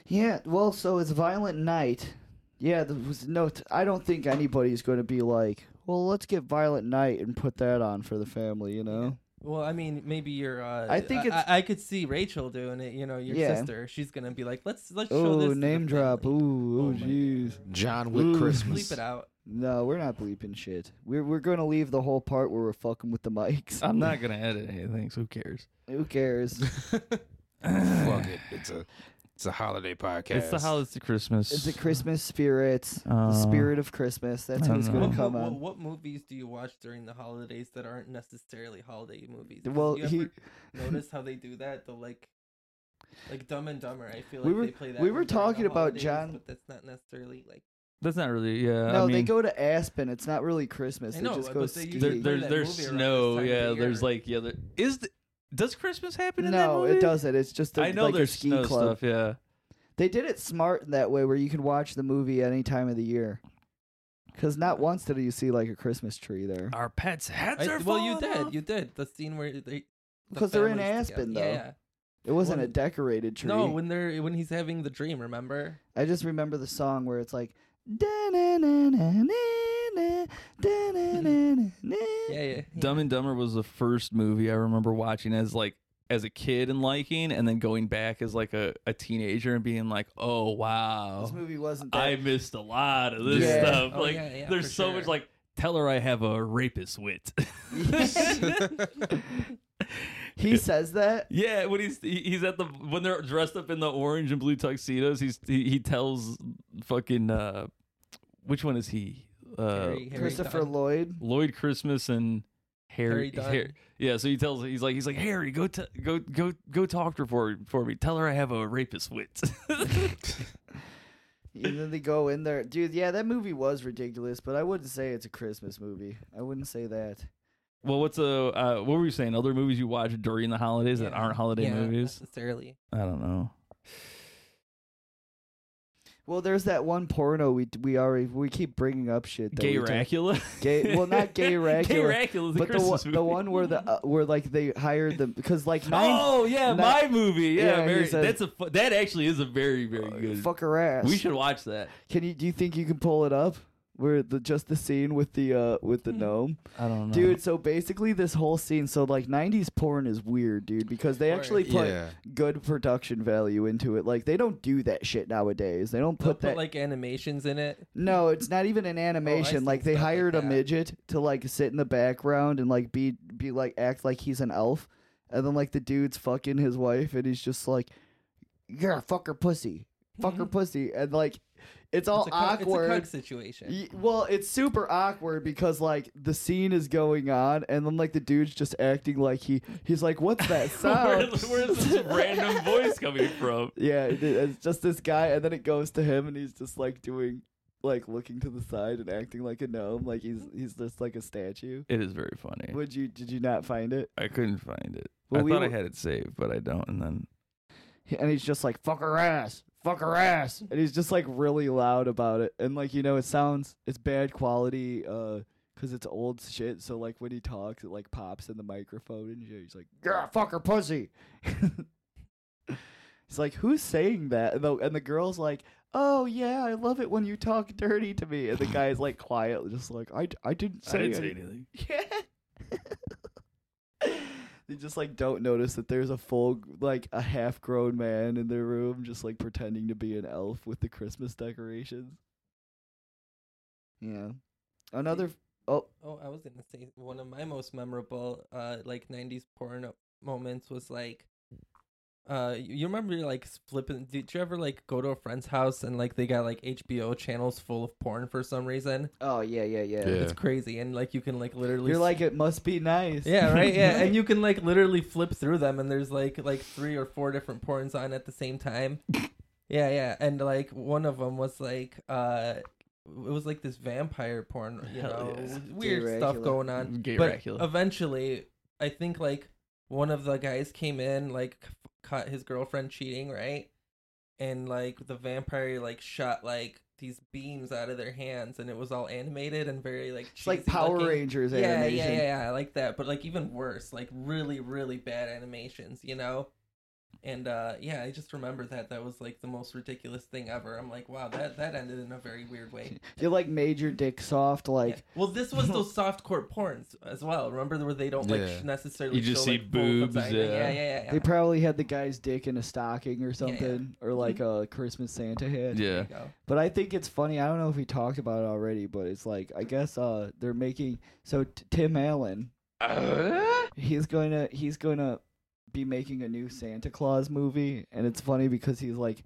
S2: Yeah. Well, so it's Violent Night. Yeah. There was no. T- I don't think anybody's going to be like, well, let's get Violent Night and put that on for the family. You know.
S4: Well, I mean, maybe your uh,
S2: I think it's-
S4: I, I could see Rachel doing it. You know, your
S2: Yeah.
S4: sister. She's gonna be like, let's let's show this.
S2: Oh,
S4: to the
S2: name drop.
S4: family.
S2: Ooh.
S4: Oh
S2: Oh,
S4: my
S2: jeez.
S5: John Wick
S2: Ooh.
S5: Christmas.
S4: Bleep it out.
S2: No, we're not bleeping shit. We're we're going to leave the whole part where we're fucking with the mics.
S3: I'm not gonna edit anything, so who cares?
S2: Who cares?
S5: Fuck it. It's a it's a holiday podcast.
S3: It's the holidays to Christmas.
S2: it's the Christmas spirits.
S3: Uh,
S2: the spirit of Christmas. That's
S3: I
S2: who's
S3: don't know.
S2: going
S4: What,
S2: to come
S4: what-
S2: on.
S4: what movies do you watch during the holidays that aren't necessarily holiday movies? 'Cause
S2: Well,
S4: you
S2: he-
S4: ever notice how they do that. The like, like Dumb and Dumber. I feel like
S2: We were-
S4: they play that.
S2: we were
S4: one during the
S2: talking about
S4: holidays,
S2: John-
S4: but that's not necessarily like.
S3: That's not really. Yeah.
S2: No,
S3: I mean,
S2: they go to Aspen. It's not really Christmas.
S4: I
S2: They
S4: know,
S2: just
S4: but
S2: go
S4: they
S2: skiing.
S4: usually
S3: There,
S4: play
S3: there's
S4: that
S3: there's
S4: movie
S3: snow.
S4: around this time of
S3: Yeah.
S4: the
S3: There's
S4: year.
S3: like yeah. There, is the, does Christmas happen in that
S2: no,
S3: movie?
S2: it doesn't. It's just a,
S3: I know
S2: like
S3: there's
S2: a ski
S3: snow
S2: club.
S3: stuff. Yeah.
S2: They did it smart in that way, where you can watch the movie any time of the year. Because not once did you see like a Christmas tree there.
S3: Our pets' heads
S4: I- well, you did. You did the scene where they. the
S2: 'Cause they're in
S4: families
S2: Aspen,
S4: together.
S2: though.
S4: Yeah,
S2: It wasn't
S4: Well,
S2: a decorated tree.
S4: yeah. No, when they're when he's having the dream, remember?
S2: I just remember the song where it's like. "Da-na-na-na-na-na, da-na-na-na-na."
S4: Yeah, yeah. yeah.
S3: Dumb and Dumber was the first movie I remember watching as like as a kid and liking, and then going back as like a, a teenager and being like, oh wow,
S2: This movie wasn't. That
S3: I missed a lot of this
S2: Yeah.
S3: stuff.
S4: Oh,
S3: like
S4: yeah, yeah,
S3: there's
S4: for
S3: so
S4: sure.
S3: much like tell her I have a rapist wit.
S2: he says that.
S3: Yeah, when he's he- he's at the when they're dressed up in the orange and blue tuxedos, he's he, he tells fucking uh which one is he? Uh
S4: Harry- Harry
S2: Christopher
S4: Dunn.
S2: Lloyd.
S3: Lloyd Christmas and Harry,
S4: Harry Dunn.
S3: Har- yeah, so he tells he's like he's like Harry, go t- go go go talk to her for for me. Tell her I have a rapist wit.
S2: And then they go in there. Dude, yeah, that movie was ridiculous, but I wouldn't say it's a Christmas movie. I wouldn't say that.
S3: Well, what's a uh, what were you saying? Other movies you watch during the holidays that
S4: Yeah.
S3: aren't holiday
S4: Yeah, not
S3: movies?
S4: necessarily.
S3: I don't know.
S2: Well, there's that one porno we we already we keep bringing up shit. that
S3: Gay
S2: we took-
S3: Racula.
S2: Gay- well, not gay
S3: gay
S2: Racula,
S3: Racula's a
S2: But the
S3: Christmas
S2: one, the
S3: movie.
S2: one where the uh, where like they hired them because like nine
S3: oh yeah,
S2: nine-
S3: my movie.
S2: Yeah,
S3: Yeah,
S2: he
S3: very,
S2: said-
S3: that's a fu- that actually is a very very good.
S2: fucker ass.
S3: we should watch that.
S2: Can you do you think you can pull it up? Where the just the scene with the uh with
S3: Hmm.
S2: the gnome,
S3: I don't know,
S2: dude. So basically, this whole scene. So like '90s porn is weird, dude, because they actually put
S5: Yeah.
S2: good production value into it. Like they don't do that shit nowadays. They don't
S4: They'll
S2: put
S4: Put
S2: that.
S4: like animations in it.
S2: no, it's not even an animation.
S4: seen
S2: like they
S4: Oh, stuff like
S2: hired a
S4: that.
S2: midget to like sit in the background and like be be like act like he's an elf, and then like the dude's fucking his wife, and he's just like, "Yeah, fuck her pussy, fuck her pussy," and like. It's all
S4: It's a, cuck- it's a
S2: awkward.
S4: cuck situation.
S2: Y- Well, it's super awkward because like the scene is going on, and then like the dude's just acting like he he's like, "What's that
S3: Where,
S2: sound?"
S3: where's this random voice coming from?
S2: yeah, it- it's just this guy, and then it goes to him, and he's just like doing like looking to the side and acting like a gnome, like he's he's just like a statue.
S3: It is very funny.
S2: Would you did you not find it?
S3: I couldn't find it.
S2: Well,
S3: I
S2: we
S3: thought I
S2: were-
S3: had it saved, but I don't. And then
S2: And he's just like, "Fuck her ass, fuck her ass," and he's just like really loud about it, and like you know, it sounds it's bad quality. uh Cause it's old shit, so like when he talks, it like pops in the microphone and shit. He's like, "Yeah, fuck her pussy." He's like, "Who's saying that?" And the, and the girl's like, "Oh yeah, I love it when you talk dirty to me." And the guy's like, quiet, just like, "I, I didn't say anything."
S3: anything.
S2: They just like don't notice that there's a full, like a half-grown man in their room, just like pretending to be an elf with the Christmas decorations. Yeah, another. Oh,
S4: Oh, I was gonna say one of my most memorable uh like '90s porn moments was like, uh, you you remember like flipping? Did you ever like go to a friend's house and like they got like HBO channels full of porn for some reason?
S2: oh yeah, yeah, yeah.
S5: Yeah.
S4: It's crazy, and like you can like literally.
S2: You're
S4: s-
S2: like, it must be nice.
S4: Yeah, right. Yeah, and you can like literally flip through them, and there's like like three or four different porns on at the same time. Yeah, yeah, and like one of them was like uh, it was like this vampire porn, you
S3: Hell
S4: know,
S3: yes.
S4: weird
S2: Gay
S4: stuff
S2: Dracula.
S4: going on.
S3: Gay
S4: But
S3: Dracula.
S4: eventually, I think like one of the guys came in, like c- caught his girlfriend cheating, right? And like the vampire like shot like these beams out of their hands, and it was all animated and very like
S2: It's like
S4: cheesy
S2: Power
S4: looking.
S2: Rangers
S4: Yeah,
S2: animation.
S4: yeah, yeah, I like that. But like even worse, like really, really bad animations, you know? And uh yeah, I just remember that. That was like the most ridiculous thing ever. I'm like, wow, that that ended in a very weird way.
S2: You like made your dick soft, like
S4: Yeah. Well, this was those softcore porns as well. Remember where they don't like
S5: Yeah.
S4: necessarily
S3: You just
S4: show,
S3: see
S4: like, full
S3: boobs,
S4: vagina.
S3: yeah.
S4: yeah, yeah, yeah.
S2: they probably had the guy's dick in a stocking or
S4: yeah. Mm-hmm.
S2: something, or like a Christmas Santa hat.
S3: yeah.
S4: There you go.
S2: But I think it's funny. I don't know if we talked about it already, but it's like I guess uh they're making so t- Tim Allen. He's going to he's going to be making a new Santa Claus movie, and it's funny because he's like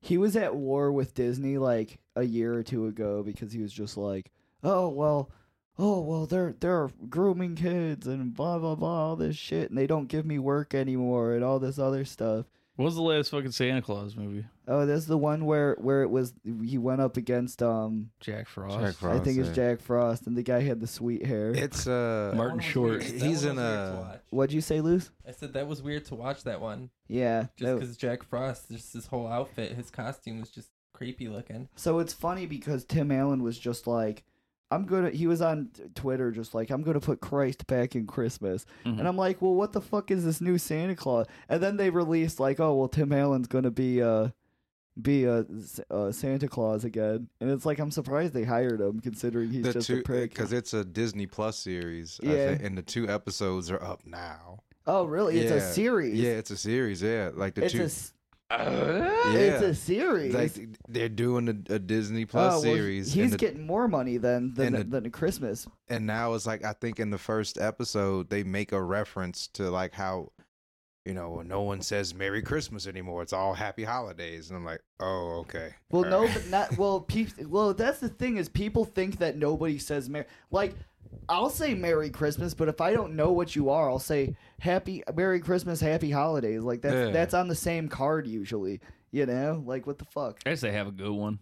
S2: he was at war with Disney like a year or two ago because he was just like, oh well, oh well, they're they're grooming kids and blah blah blah all this shit, and they don't give me work anymore and all this other stuff.
S3: What was the last fucking Santa Claus movie?
S2: Oh, that's the one where where it was he went up against um
S3: Jack Frost.
S5: Jack
S2: I think it's
S5: Frost,
S2: Jack Frost and the guy had the sweet hair.
S5: It's uh
S3: Martin
S4: That one was
S3: Short.
S4: weird. That
S5: He's
S4: one was
S5: in
S4: weird to
S5: a-
S4: watch.
S2: What'd you say, Luce?
S4: I said that was weird to watch that one,
S2: Yeah.
S4: just
S2: that-
S4: because Jack Frost, just his whole outfit, his costume was just creepy looking.
S2: so it's funny because Tim Allen was just like I'm gonna he was on t- Twitter just like I'm gonna put Christ back in Christmas.
S5: Mm-hmm.
S2: And I'm like, Well what the fuck is this new Santa Claus? And then they released like, oh well Tim Allen's gonna be uh be a, uh Santa Claus again, and it's like I'm surprised they hired him considering he's
S5: the
S2: just
S5: two uh,
S2: a prick.
S5: because it's a Disney Plus series. I
S2: Yeah.
S5: think, and the two episodes are up now.
S2: Oh, really? It's a
S5: Yeah.
S2: series.
S5: Yeah, it's a series. Yeah, like the
S2: it's
S5: two.
S2: a s-
S5: yeah,
S2: it's a series.
S5: like they're doing a, a Disney Plus
S2: Oh, well,
S5: series.
S2: He's
S5: and the-
S2: getting more money than than,
S5: and the-
S2: than Christmas.
S5: and now it's like I think in the first episode they make a reference to like how you know no one says Merry Christmas anymore. It's all Happy Holidays, and I'm like, oh okay.
S2: Well,
S5: All
S2: no,
S5: right.
S2: but not well. Pe- well, that's the thing is people think that nobody says Merry. Like, I'll say Merry Christmas, but if I don't know what you are, I'll say Happy Merry Christmas, Happy Holidays. Like that's
S5: Yeah.
S2: that's on the same card usually. You know, like what the fuck?
S3: I say have a good one.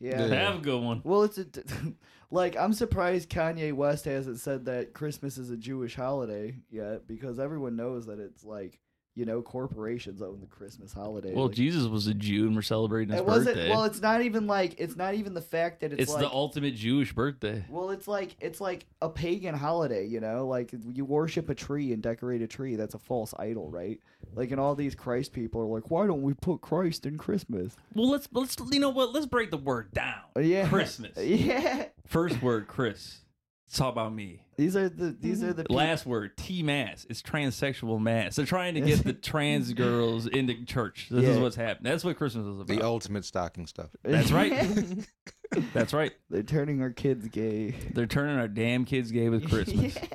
S2: Yeah.
S5: Yeah.
S3: Have a good one.
S2: Well, it's a, like I'm surprised Kanye West hasn't said that Christmas is a Jewish holiday yet because everyone knows that it's like you know corporations own the Christmas holiday.
S3: Well,
S2: Like,
S3: Jesus was a Jew, and we're celebrating his
S2: it wasn't.
S3: birthday.
S2: Well, it's not even like it's not even the fact that it's,
S3: it's
S2: like,
S3: the ultimate Jewish birthday.
S2: Well, it's like it's like a pagan holiday, you know. Like you worship a tree and decorate a tree. That's a false idol, right? Like, and all these Christ people are like, why don't we put Christ in Christmas?
S3: Well, let's let's you know what? Let's break the word down.
S2: Uh, Yeah,
S3: Christmas.
S2: Yeah,
S3: First word, Chris. It's all about me.
S2: these are the these are the peop-
S3: Mm-hmm. Last word, T mass. It's transsexual mass. They're trying to get the trans girls into church. This is
S2: Yeah.
S3: what's happening. That's what Christmas is
S5: The
S3: about.
S5: ultimate stocking stuff.
S3: That's right. That's right.
S2: They're turning our kids gay.
S3: They're turning our damn kids gay with Christmas.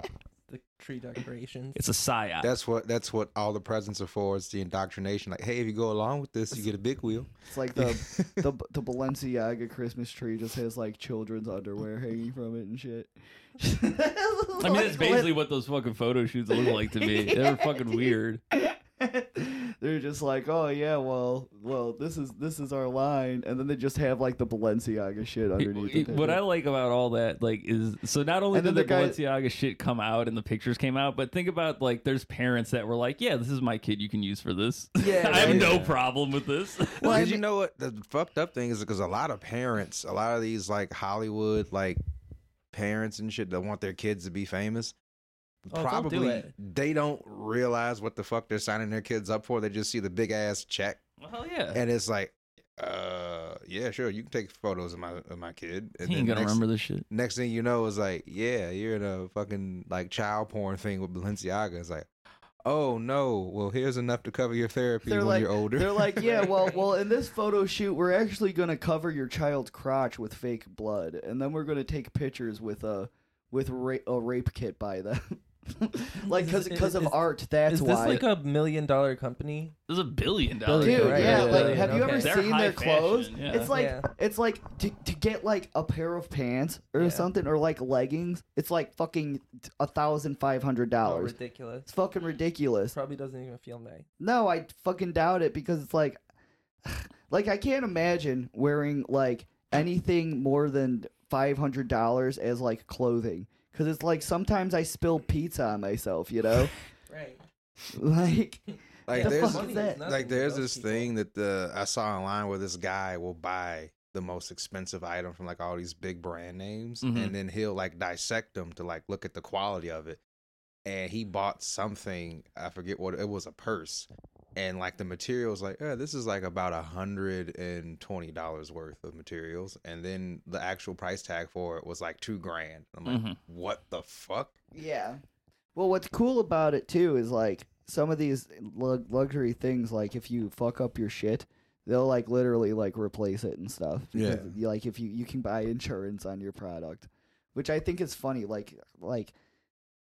S4: The tree decorations.
S3: It's a psyop.
S5: That's what that's what all the presents are for. It's the indoctrination. Like, hey, if you go along with this, you get a big wheel.
S2: It's like the the the Balenciaga Christmas tree just has like children's underwear hanging from it and shit.
S3: I mean, that's basically what those fucking photo shoots look like to me. They're fucking weird.
S2: They're just like, oh yeah, well, well, this is this is our line, and then they just have like the Balenciaga shit underneath.
S3: It-
S2: the
S3: what I
S2: picture.
S3: like about all that, like, is so not only
S2: And then
S3: did the,
S2: the guy-
S3: Balenciaga shit come out and the pictures came out, but think about like there's parents that were like, "Yeah, this is my kid. You can use for this.
S2: Yeah,
S3: I have
S2: right.
S3: no problem with this."
S2: Well, I
S5: Because you
S2: mean-
S5: know what the fucked up thing is because a lot of parents, a lot of these like Hollywood like parents and shit that want their kids to be famous.
S4: Oh, don't do
S5: probably
S4: it.
S5: they don't realize what the fuck they're signing their kids up for. They just see the big ass check
S3: well, yeah.
S5: and it's like, uh, yeah, sure, you can take photos of my of my kid. And
S3: he
S5: then
S3: ain't gonna
S5: next-
S3: remember this shit.
S5: Next thing you know is like, yeah, you're in a fucking like child porn thing with Balenciaga. It's like, oh no, well here's enough to cover your therapy
S2: They're
S5: when
S2: like,
S5: you're older.
S2: they're like, yeah, well, well, in this photo shoot, we're actually gonna cover your child's crotch with fake blood, and then we're gonna take pictures with a with ra- a rape kit by them, like because
S4: Is-
S2: because of
S4: is-
S2: art. That's
S4: Is this
S2: why.
S4: like a million dollar company?
S3: This is a billion dollars.
S2: Dude,
S4: Right,
S2: yeah,
S4: right,
S2: like
S4: right,
S2: have you
S4: okay.
S2: ever
S3: They're
S2: seen
S3: high
S2: their clothes?
S3: fashion, yeah.
S2: It's like
S4: Yeah.
S2: it's like to, to get like a pair of pants or
S4: Yeah.
S2: something or like leggings, it's like fucking a thousand five hundred
S4: Oh,
S2: dollars.
S4: ridiculous.
S2: It's fucking ridiculous.
S4: Probably doesn't even feel nice.
S2: No, I fucking doubt it because it's like like I can't imagine wearing like anything more than five hundred dollars as like clothing. Cause it's like sometimes I spill pizza on myself, you know?
S4: Right.
S2: like
S5: like
S2: the
S5: there's
S2: fuck is that?
S5: like there's this thing that the I saw online where this guy will buy the most expensive item from like all these big brand names
S3: Mhm.
S5: and then he'll like dissect them to like look at the quality of it. And he bought something, I forget what it was a purse. And like the materials like, yeah, this is like about a hundred and twenty dollars worth of materials. And then the actual price tag for it was like two grand. I'm like,
S3: Mhm.
S5: what the fuck?
S2: Yeah. Well, what's cool about it too is like some of these lu- luxury things, like if you fuck up your shit, they'll like literally like replace it and stuff.
S5: Yeah.
S2: Because, Like if you you can buy insurance on your product, which I think is funny. Like like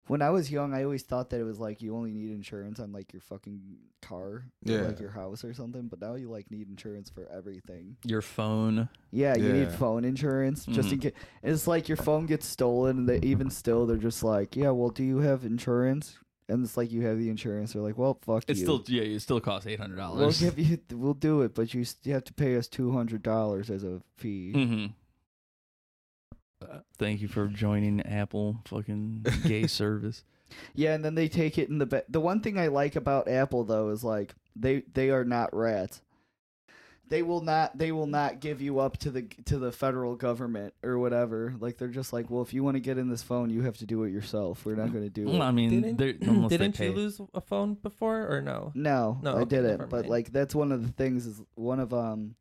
S2: when I was young, I always thought that it was like you only need insurance on like your fucking car, or,
S5: Yeah.
S2: like your house or something. But now you like need insurance for everything.
S3: Your phone.
S2: Yeah, you need
S5: Yeah.
S2: phone insurance just
S3: Mm-hmm.
S2: in case. It's like your phone gets stolen, and they, even still, they're just like, "Yeah, well, do you have insurance?" And it's like you have the insurance. They're like, "Well, fuck
S3: It's
S2: you."
S3: still yeah. It still costs eight hundred
S2: we'll
S3: dollars.
S2: give you, we'll do it, but you, s- you have to pay us two hundred dollars as a fee.
S3: Mm-hmm. Uh, thank you for joining Apple fucking gay service.
S2: Yeah, and then they take it in the ba- the one thing I like about Apple though is like they they are not rats. They will not they will not give you up to the to the federal government or whatever. Like they're just like, well, if you want to get in this phone, you have to do it yourself. We're not going to do
S3: Mm. Well,
S2: it.
S3: I mean,
S4: Didn't,
S3: they're- unless they
S4: didn't
S3: pay.
S4: you lose a phone before or no?
S2: No,
S4: No,
S2: I
S4: okay,
S2: didn't.
S4: never
S2: But
S4: mind.
S2: like that's one of the things is one of um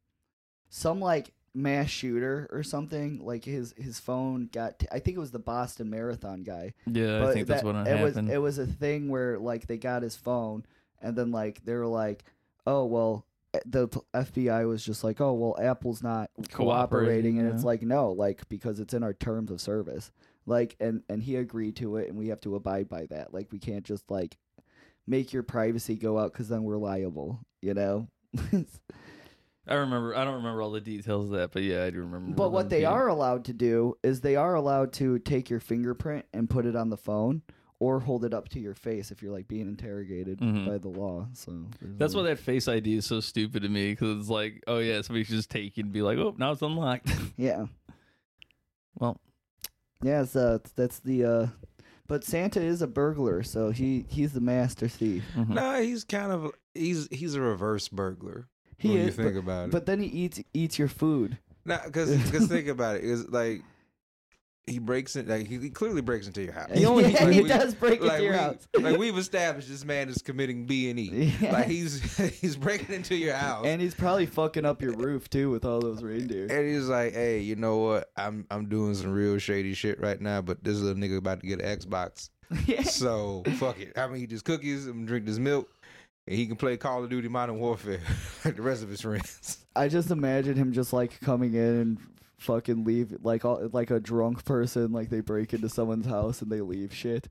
S2: some like mass shooter or something like his his phone got t- I think it was the Boston Marathon guy.
S3: yeah, I
S2: But
S3: think that's
S2: that-
S3: what
S2: it was.
S3: happened.
S2: It was a thing where like they got his phone, and then like they were like, "Oh well," the p- FBI was just like, "Oh well, Apple's not cooperating,",
S3: Cooperating,
S2: and it's
S3: yeah.
S2: like, "No, like because it's in our terms of service." Like, and and he agreed to it, and we have to abide by that. Like, we can't just like make your privacy go out because then we're liable, you know.
S3: I remember. I don't remember all the details of that, but yeah, I do remember.
S2: But what
S3: them
S2: they
S3: being-
S2: are allowed to do is they are allowed to take your fingerprint and put it on the phone, or hold it up to your face if you're like being interrogated
S3: Mhm.
S2: by the law. So there's
S3: That's
S2: a-
S3: why that face ID is so stupid to me because it's like, oh yeah, somebody should just take it and be like, oh, now it's unlocked.
S2: Yeah.
S3: Well.
S2: Yeah, it's, uh, that's the. Uh, but Santa is a burglar, so he he's the master thief.
S3: Hmm. Mm-hmm.
S5: No, he's kind of he's he's a reverse burglar.
S2: He
S5: when you
S2: is.
S5: think
S2: but,
S5: about it.
S2: but then he eats eats your food.
S5: No, because think about it. Is like he breaks it. Like he, he clearly breaks into your house.
S2: He only-
S5: like,
S2: Yeah, he does break into
S5: like,
S2: your
S5: we,
S2: house.
S5: Like we've established, this man is committing B and E.
S2: Yeah.
S5: Like he's he's breaking into your house. And-
S2: And he's probably fucking up your roof too with all those reindeer.
S5: he's like, "Hey, you know what? I'm I'm doing some real shady shit right now, but this little nigga about to get an Xbox,
S2: yeah.
S5: so fuck it. I'm gonna eat these cookies, I'm gonna drink this milk, and he can play Call of Duty Modern Warfare like the rest of his friends.
S2: I just imagine him just like coming in and fucking leave like all, like a drunk person like they break into someone's house and they leave shit.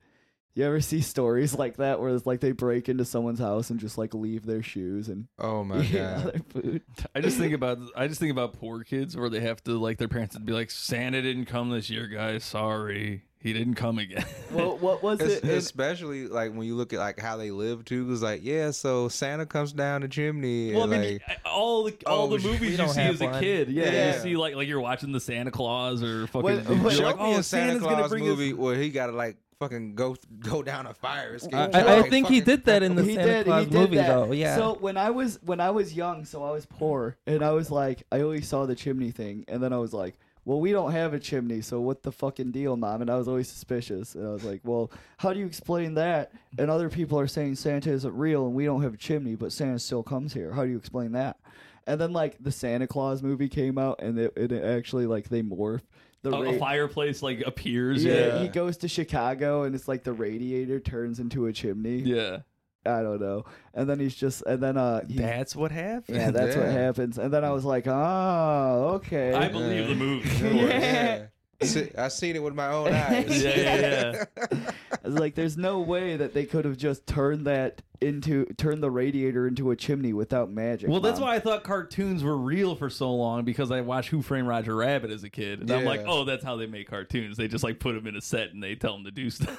S2: You ever see stories like that where it's like they break into someone's house and just like leave their shoes and
S5: Oh my
S2: eat all
S5: god!
S2: their food?
S3: I just think about I just think about poor kids where they have to like their parents would be like, Santa didn't come this year, guys. Sorry, he didn't come again.
S2: Well, what was
S5: Es-
S2: it? in-
S5: especially like when you look at like how they live too. It's like yeah, so Santa comes down the chimney.
S3: Well, I
S5: and,
S3: mean,
S5: like,
S3: all the all
S5: Oh,
S3: the
S5: we
S3: movies you
S4: don't
S3: see
S4: have
S3: as a
S4: one.
S3: kid, yeah,
S5: Yeah.
S3: you see like like you're watching the Santa Claus or fucking.
S2: When-
S3: you're
S2: when-
S5: show
S3: like,
S5: me
S3: oh,
S5: a Santa
S3: Santa's gonna
S5: Claus
S3: bring
S5: movie
S3: His...
S5: where he got to like fucking go go down a fire escape.
S4: I,
S5: Like,
S4: I think he
S5: fucking-
S4: did that in the
S2: he
S4: Santa
S2: did.
S4: Claus
S2: he did
S4: movie,
S2: that.
S4: though. Yeah.
S2: So when I was when I was young, so I was poor, and I was like, I always saw the chimney thing, and then I was like, well, we don't have a chimney, so what the fucking deal, mom? And I was always suspicious, and I was like, well, how do you explain that? And other people are saying Santa isn't real, and we don't have a chimney, but Santa still comes here. How do you explain that? And then like the Santa Claus movie came out, and it, it actually like they morph. The
S3: A, a
S2: ra-
S3: fireplace like appears.
S2: yeah,
S3: Oh, Yeah,
S2: he goes to Chicago, and it's like the radiator turns into a chimney.
S3: yeah.
S2: I don't know. And then he's just, and then uh, he,
S3: That's what happened.
S2: yeah, that's what
S5: Yeah.
S2: happens. And then I was like, oh, okay.
S3: I believe the movie.
S5: Oh, Yeah. See, I seen it with my own eyes.
S3: yeah, yeah, yeah.
S2: I was like, there's no way that they could have just turned that into turned the radiator into a chimney without magic.
S3: Well, that's
S2: Mom.
S3: why I thought cartoons were real for so long because I watched Who Framed Roger Rabbit as a kid, and I'm
S5: Yeah.
S3: like, oh, that's how they make cartoons. They just like put them in a set and they tell them to do stuff.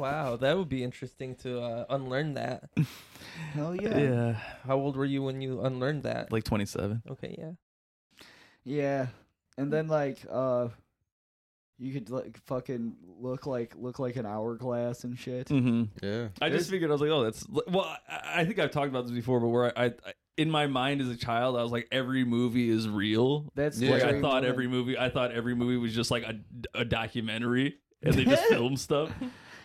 S4: wow, that would be interesting to uh, unlearn that.
S2: Hell yeah. yeah.
S4: How old were you when you unlearned that?
S3: like 27.
S4: Okay, yeah.
S2: And then like uh, you could like fucking look like look like an hourglass and shit.
S3: Mm-hmm.
S5: yeah.
S3: I just figured I was like, oh, that's well. I, I think I've talked about this before, but where I, I, in my mind as a child, I was like, every movie is real.
S2: That's
S5: Yeah.
S3: Like
S2: scary
S3: I thought
S2: moment.
S3: every movie, I thought every movie was just like a, a documentary, and they just film stuff.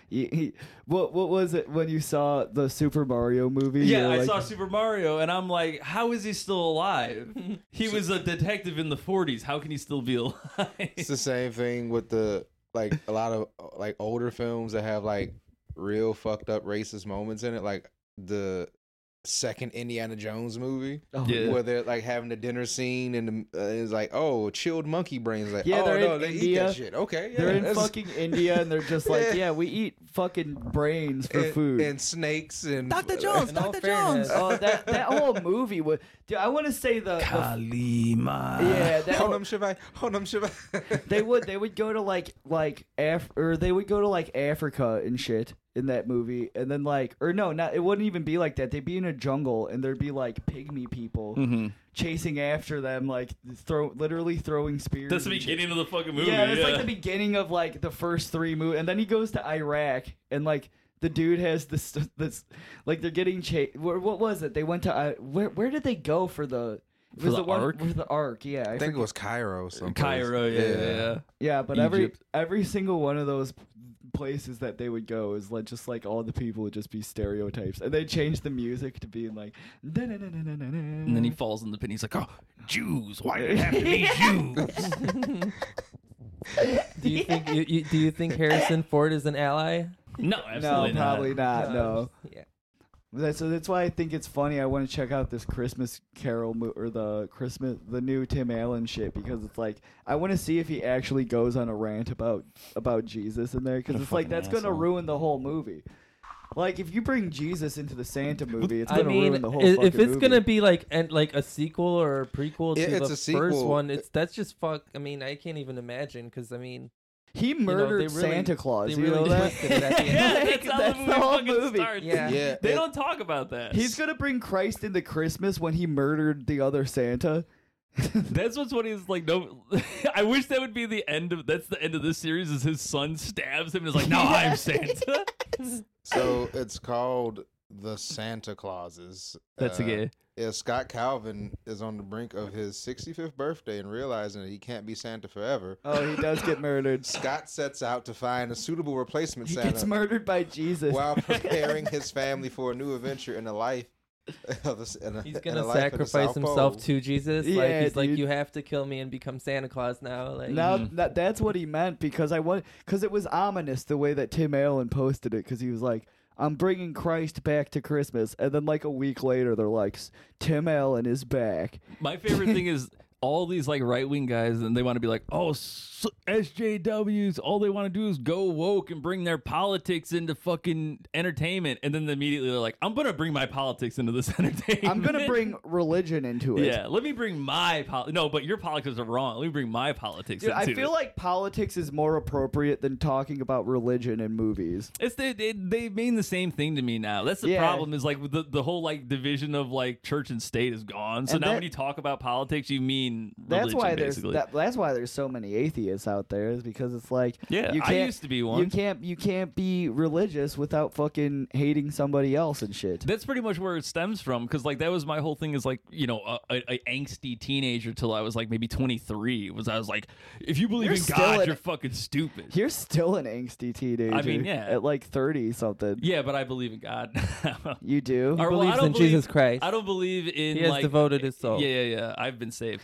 S2: He- he- what what was it when you saw the Super Mario movie?
S3: Yeah,
S2: You're
S3: I
S2: like-
S3: saw Super Mario, and I'm like, how is he still alive? He was a detective in the 40s. How can he still be
S5: It's
S3: alive?
S5: the same thing with the like a lot of uh, like older films that have like real fucked up racist moments in it, like the second Indiana Jones movie.
S2: Oh,
S3: Yeah.
S5: where they're like having the dinner scene and the, uh, it's like, oh, chilled monkey brains. Like,
S2: Yeah,
S5: oh
S2: they're
S5: no,
S2: in
S5: they eat
S2: India.
S5: that shit. Okay, yeah,
S2: They're in
S5: that's-
S2: fucking India and they're just like, yeah,
S5: Yeah.
S2: we eat fucking brains for
S5: and,
S2: food.
S5: and snakes and uh, Doctor
S4: Jones, In all Dr. fairness- Jones.
S2: oh, that that whole movie was. Dude, I want to say the, the
S3: Kalima.
S2: yeah that
S5: Honam Shiva, Honam Shiva.
S2: they would they would go to like like Af- or they would go to like Africa and shit in that movie and then like or no not it wouldn't even be like that they'd be in a jungle and there'd be like pygmy people chasing after them like throw literally throwing spears
S3: That's the
S2: and shit.
S3: beginning of the fucking movie.
S2: Yeah, it's like the beginning of like the first three movies, and then he goes to Iraq, and like the dude has this this like they're getting chased. What was it? They went to I- where? Where did they go for the? It
S3: For
S2: was
S3: the
S2: one,
S3: Ark?
S2: For the arc, yeah, I
S5: I think
S2: forget-
S5: it was Cairo. Someplace.
S3: Cairo, yeah, yeah. yeah.
S2: yeah. But every
S3: Egypt.
S2: every single one of those places that they would go is like just like all the people would just be stereotypes, and they changed the music to being like.
S3: And
S2: And
S3: then he falls in the pit. and He's like, "Oh, Jews! Why did it have to be Jews?"
S4: Do you think you, you, do you think Harrison Ford is an ally?
S3: No,
S2: No,
S3: absolutely not.
S2: probably not. No.
S4: Yeah.
S2: That's, so that's why I think it's funny. I want to check out this Christmas Carol mo- or the Christmas, the new Tim Allen shit because it's like I want to see if he actually goes on a rant about about Jesus in there because it's like
S3: fucking
S2: that's gonna
S3: asshole.
S2: ruin the whole movie. Like if you bring Jesus into the Santa movie, it's
S4: I
S2: gonna
S4: mean,
S2: ruin the whole.
S4: i- if
S2: fucking
S4: it's
S2: movie.
S4: gonna be like and like a sequel or a prequel to
S5: Yeah, it's
S4: the
S5: a
S4: first
S5: sequel.
S4: one, it's that's just fuck. I mean, I can't even imagine because I mean,
S2: He
S4: know,
S2: murdered
S4: they really-
S2: Santa Claus.
S4: they
S2: You know
S4: really
S2: that?
S4: twisted it at the end.
S3: Yeah,
S2: Like,
S3: that's how
S2: that's
S3: the movie
S2: the whole
S3: fucking
S2: movie.
S3: starts.
S4: Yeah.
S5: Yeah.
S3: They
S5: it-
S3: don't talk about that.
S2: He's gonna bring Christ into Christmas when he murdered the other Santa.
S3: That's what's what he's like. No, I wish that would be the end of. That's the end of this series. Is his son stabs him and is like, "No, I'm Santa."
S5: So it's called the Santa Clauses.
S3: That's
S5: Uh,
S3: a gay.
S5: Yeah, Scott Calvin is on the brink of his 65th birthday and realizing that he can't be Santa forever.
S2: Oh, he does get murdered.
S5: Scott sets out to find a suitable replacement
S2: He
S5: Santa
S2: gets murdered by Jesus.
S5: while preparing his family for a new adventure in the life of the, in a,
S4: He's
S5: in
S4: gonna
S5: a life of the
S4: sacrifice
S5: South
S4: himself
S5: Pole.
S4: to Jesus. like
S2: Yeah,
S4: he's like,
S2: dude.
S4: you have to kill me and become Santa Claus now. Like,
S2: Now
S3: Mm-hmm.
S2: that that's what he meant because I want because it was ominous the way that Tim Allen posted it because he was like, "I'm bringing Christ back to Christmas," and then like a week later they're like, "S- "Tim Allen is back."
S3: My favorite thing is all these like right wing guys, and they want to be like, oh, s- SJWs. All they want to do is go woke and bring their politics into fucking entertainment, and then immediately they're like, I'm gonna bring my politics into this entertainment.
S2: I'm gonna bring religion into it.
S3: Yeah, let me bring my pol. No, but your politics are wrong. Let me bring my politics.
S2: Dude, I
S3: into
S2: feel
S3: it.
S2: like politics is more appropriate than talking about religion in movies.
S3: It's they, they they mean the same thing to me now. That's the
S2: Yeah.
S3: problem. Is like the, the whole like division of like church and state is gone. So
S2: And
S3: now
S2: that-
S3: when you talk about politics, you mean
S2: That's
S3: religion,
S2: why there's
S3: basically.
S2: that, that's why there's so many atheists out there is because it's like
S3: Yeah,
S2: you
S3: I
S2: can't,
S3: used to be one.
S2: You can't you can't be religious without fucking hating somebody else and shit.
S3: That's pretty much where it stems from. Because like that was my whole thing. Is like you know a, a, a angsty teenager till I was like maybe twenty three. Was I was like, if you believe
S2: You're
S3: in
S2: still
S3: God,
S2: an-
S3: you're fucking stupid.
S2: You're still an angsty teenager.
S3: I mean, yeah.
S2: at like thirty something.
S3: yeah, but I believe in God.
S2: You do.
S3: Or, well, I
S4: believes
S3: don't
S4: in
S3: believe-
S4: Jesus Christ.
S3: I don't believe in
S4: He has
S3: like
S4: devoted his soul.
S3: Yeah, yeah, yeah. I've been saved.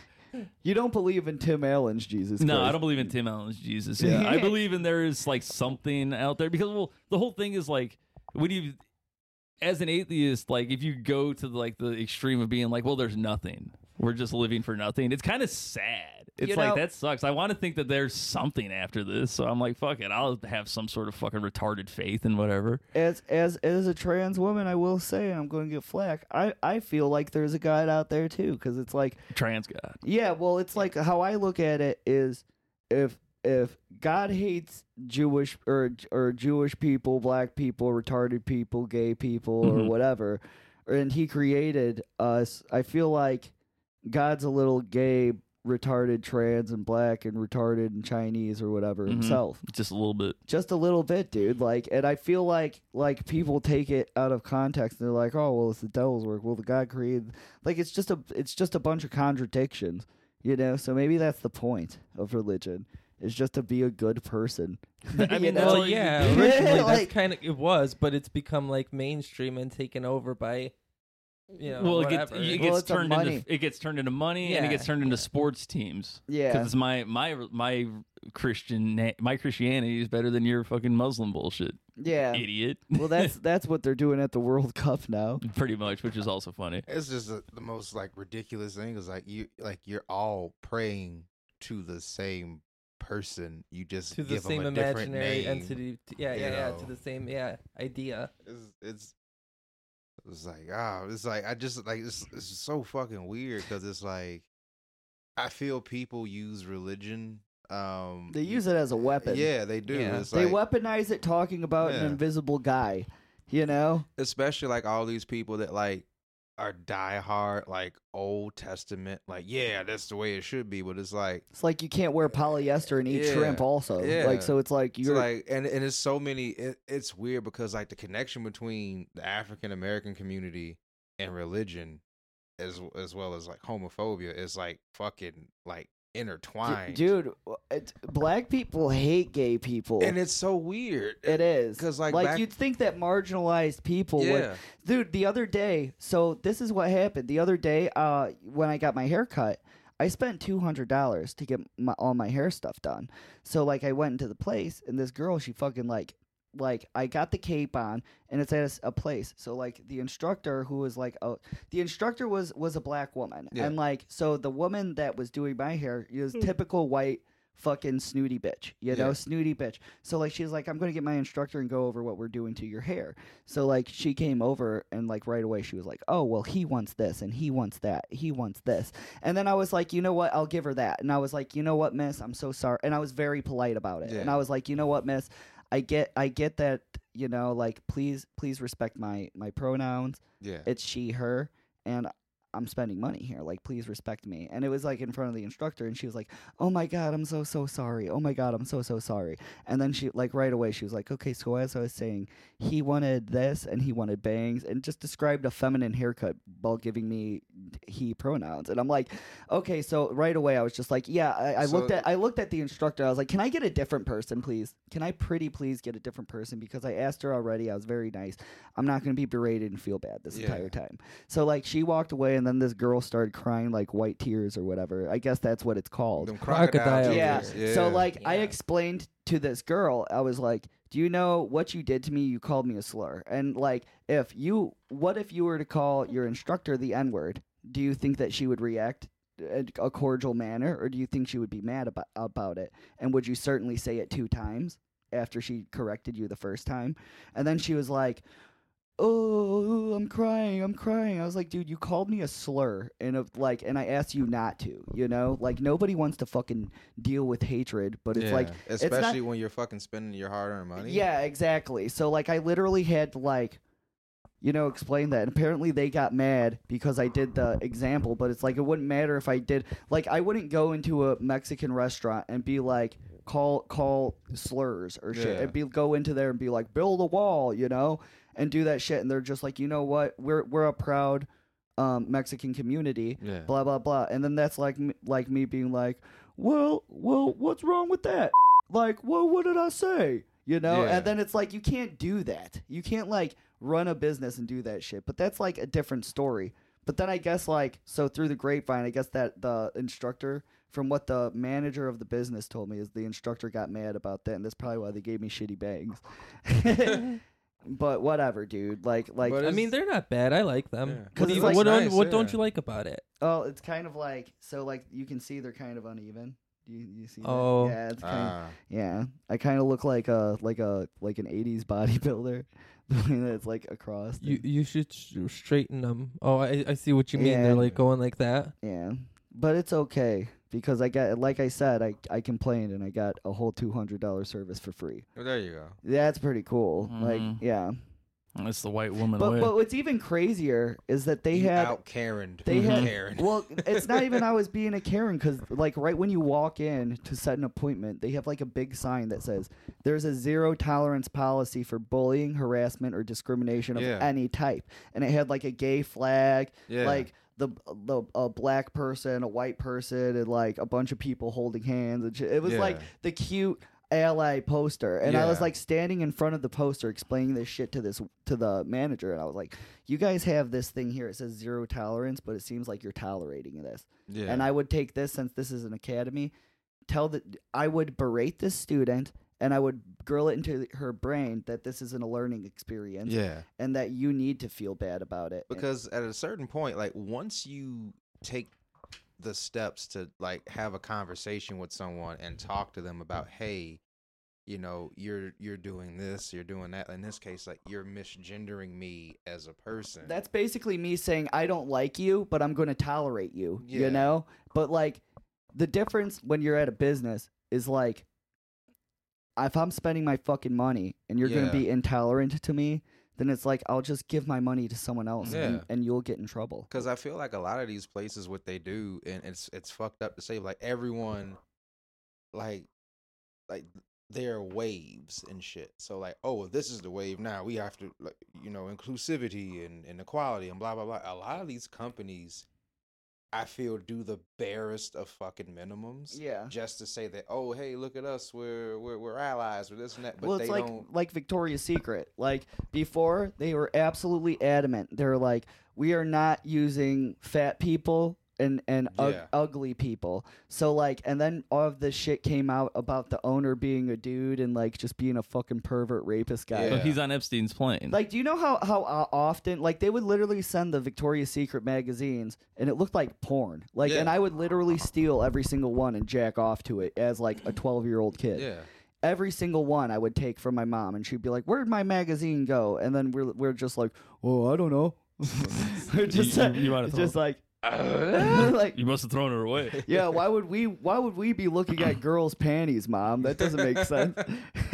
S2: you don't believe in Tim Allen's Jesus.
S3: No,
S2: Christ.
S3: I don't believe in Tim Allen's Jesus. Yeah. I believe in there is like something out there because well, the whole thing is like when you as an atheist, like if you go to like the extreme of being like, well, there's nothing. We're just living for nothing. It's kind of sad. It's
S2: You
S3: like
S2: know-
S3: that sucks. I want to think that there's something after this, so I'm like, fuck it. I'll have some sort of fucking retarded faith and whatever.
S2: As as as a trans woman, I will say, and I'm going to get flack. I I feel like there's a God out there too, because it's like
S3: Trans God.
S2: Yeah, well, it's like how I look at it is if if God hates Jewish or or Jewish people, black people, retarded people, gay people, or whatever, and He created us, I feel like God's a little gay, retarded, trans, and black, and retarded and Chinese or whatever himself
S3: Just a little bit.
S2: just a little bit, dude. Like, and I feel like like people take it out of context. And they're like, oh, well, it's the devil's work. Well, the God created. Like, it's just a it's just a bunch of contradictions, you know. So maybe that's the point of religion is just to be a good person.
S3: I mean, that's all
S4: Well,
S3: you
S4: yeah,
S3: can do.
S4: originally
S2: Yeah, like-
S4: that's kind of it was, but it's become like mainstream and taken over by, you know,
S3: well, it gets,
S4: whatever.
S3: it gets
S2: Well, it's a
S3: turned
S2: money.
S3: into it gets turned into money, and it
S4: Yeah.
S3: gets turned into sports teams.
S2: Yeah.
S3: because my my my Christian na- my Christianity is better than your fucking Muslim bullshit,
S2: yeah.
S3: idiot.
S2: Well, that's that's what they're doing at the World Cup now.
S3: Pretty much, which is also funny.
S5: It's just the the most like ridiculous thing is like you like you're all praying to the same person. You just
S4: to the
S5: give 'em
S4: same
S5: a different
S4: imaginary
S5: name.
S4: entity. t- yeah,
S5: you
S4: yeah, yeah.
S5: know.
S4: To the same, yeah, idea.
S5: It's it's it's like ah, it's like I just like it's it's so fucking weird because it's like I feel people use religion. Um,
S2: They use it as a weapon.
S5: Yeah, they do.
S4: Yeah.
S5: It's
S2: They
S5: like,
S2: weaponize it talking about
S5: Yeah.
S2: an invisible guy. You know.
S5: especially like all these people that like are diehard like Old Testament. Like yeah, that's the way it should be. But it's like
S2: It's like you can't wear polyester and eat
S5: Yeah.
S2: shrimp. Also,
S5: Yeah.
S2: like so, it's like
S5: It's
S2: you're
S5: like and and it's so many it, it's weird because like the connection between the African American community and religion as as well as like homophobia is like fucking like
S2: D-
S5: intertwined.
S2: dude. It, black people hate gay people.
S5: And it's so weird.
S2: it is
S5: 'cause, like,
S2: like
S5: back-
S2: you'd think that marginalized people
S5: Yeah.
S2: would. Dude, the other day. So this is what happened. The other day, uh, when I got my hair cut, I spent two hundred dollars to get my, all my hair stuff done. So like, I went into the place, and this girl, she fucking like. Like I got the cape on, and it's at a s- a, place. So like the instructor who was like, oh, the instructor was was a black woman,
S5: Yeah.
S2: and like so the woman that was doing my hair is typical white fucking snooty bitch, you know,
S5: Yeah.
S2: snooty bitch. So like she's like, I'm gonna get my instructor and go over what we're doing to your hair. So like she came over and like right away she was like, Oh well he wants this and he wants that, he wants this. And then I was like, you know what, I'll give her that. And I was like, you know what, miss, I'm so sorry and I was very polite about it.
S5: Yeah.
S2: And I was like, you know what, miss, I get I get that, you know, like please please respect my my pronouns
S5: Yeah.
S2: it's she her and i'm spending money here like please respect me and it was like in front of the instructor and she was like oh my god i'm so so sorry oh my god i'm so so sorry and then she like right away she was like okay so as i was saying he wanted this and he wanted bangs and just described a feminine haircut while giving me he pronouns and i'm like okay so right away i was just like yeah i, I
S5: So-
S2: looked at i looked at the instructor i was like can i get a different person please can i pretty please get a different person because i asked her already i was very nice i'm not going to be berated and feel bad this
S5: Yeah.
S2: entire time so like she walked away and then this girl started crying like white tears or whatever i guess that's what it's called
S5: Them
S4: Crocodile
S5: crocodile
S2: yeah.
S5: tears.
S2: So like I
S4: Yeah.
S2: explained to this girl, I was like, "Do you know what you did to me? You called me a slur." And like if you what if you were to call your instructor the N-word? Do you think that she would react uh, in a cordial manner or do you think she would be mad about, about it? And would you certainly say it two times after she corrected you the first time? And then she was like, "Oh, I'm crying. I'm crying." I was like, "Dude, you called me a slur and of like and I asked you not to, you know? Like nobody wants to fucking deal with hatred, but it's
S5: Yeah.
S2: like it's not-
S5: especially when you're fucking spending your hard-earned money.
S2: yeah, exactly. So like I literally had to like you know explain that. And apparently they got mad because I did the example, but it's like it wouldn't matter if I did like I wouldn't go into a Mexican restaurant and be like call call slurs or shit
S5: Yeah.
S2: and be go into there and be like build a wall, you know, and do that shit and they're just like, "You know what? We're we're a proud um, Mexican community,
S5: Yeah.
S2: blah blah blah, and then that's like m- like me being like, well, well, what's wrong with that? Like, well, what did I say? You know,
S5: Yeah.
S2: and then it's like you can't do that. You can't like run a business and do that shit. But that's like a different story. But then I guess like so through the grapevine, I guess that the instructor, from what the manager of the business told me, is the instructor got mad about that, and that's probably why they gave me shitty bangs. but whatever, dude. Like, like
S5: But
S4: I mean, they're not bad. I like them.
S5: Yeah.
S4: What,
S2: 'Cause
S4: do
S2: it's
S4: you,
S2: like-
S4: what, don't-
S5: Nice,
S4: what don't
S5: yeah.
S4: you like about it?
S2: Oh, it's kind of like so like you can see they're kind of uneven. Do you, you see? that?
S4: Oh.
S2: yeah, it's kind
S5: Ah.
S2: yeah. I kind of look like a like a like an '80s bodybuilder. The way that it's like across.
S4: You
S2: and-
S4: you should s- straighten them. Oh, I I see what you mean.
S2: Yeah.
S4: They're like going like that.
S2: yeah, but it's okay because I got like I said I I complained and I got a whole two hundred dollar service for free.
S5: Well, there you go.
S2: That's pretty cool. Like
S3: Mhm.
S2: yeah,
S3: It's the white woman
S2: but
S3: way.
S2: but what's even crazier is that they
S5: you
S2: had
S5: out Karen.
S2: They had
S5: Karen.
S2: well, it's not even I was being a Karen because like right when you walk in to set an appointment, they have like a big sign that says there's a zero tolerance policy for bullying, harassment, or discrimination of
S5: Yeah.
S2: any type, and it had like a gay flag,
S5: Yeah.
S2: like the the a black person, a white person, and like a bunch of people holding hands and shit. It was like
S5: Yeah.
S2: the cute. Ally poster, and I was
S5: Yeah.
S2: like standing in front of the poster, explaining this shit to this to the manager, and I was like, you guys have this thing here. It says zero tolerance, but it seems like you're tolerating this.
S5: yeah.
S2: And I would take this since this is an academy. Tell that I would berate this student and I would grill it into her brain that this isn't a learning experience
S5: yeah.
S2: and that you need to feel bad about it.
S5: because at a certain point like once you take the steps to like have a conversation with someone and talk to them about hey you know you're you're doing this you're doing that in this case like you're misgendering me as a person
S2: that's basically me saying I don't like you, but I'm going to tolerate you. You
S5: Yeah.
S2: know, but like the difference when you're at a business is like if I'm spending my fucking money and you're going
S5: Yeah.
S2: to be intolerant to me, then it's like I'll just give my money to someone else, and,
S5: Yeah.
S2: and you'll get in trouble.
S5: because i feel like a lot of these places what they do and it's it's fucked up to say like everyone like like there are waves and shit so like oh this is the wave now we have to like you know inclusivity and, and equality and blah blah blah a lot of these companies i feel do the barest of fucking minimums
S2: Yeah.
S5: just to say that oh hey look at us we're we're, we're allies we're this and that but
S2: well,
S5: they
S2: it's like
S5: don't
S2: like Victoria's Secret. Like before, they were absolutely adamant. They're like, we are not using fat people and and ug-
S5: Yeah.
S2: ugly people. So like, and then all of this shit came out about the owner being a dude and like just being a fucking pervert rapist guy.
S5: Yeah.
S3: But he's on Epstein's plane.
S2: Like, do you know how how uh, often like they would literally send the Victoria's Secret magazines, and it looked like porn. Like,
S5: Yeah.
S2: and I would literally steal every single one and jack off to it as like a twelve year old kid.
S5: Yeah.
S2: Every single one I would take from my mom, and she'd be like, "Where'd my magazine go?" And then we're we're just like, "Oh, I don't know." just,
S3: You- you might have
S2: just
S3: told-
S2: like, like
S3: you must have thrown her away.
S2: yeah, why would we why would we be looking at girls' panties, mom? That doesn't make sense.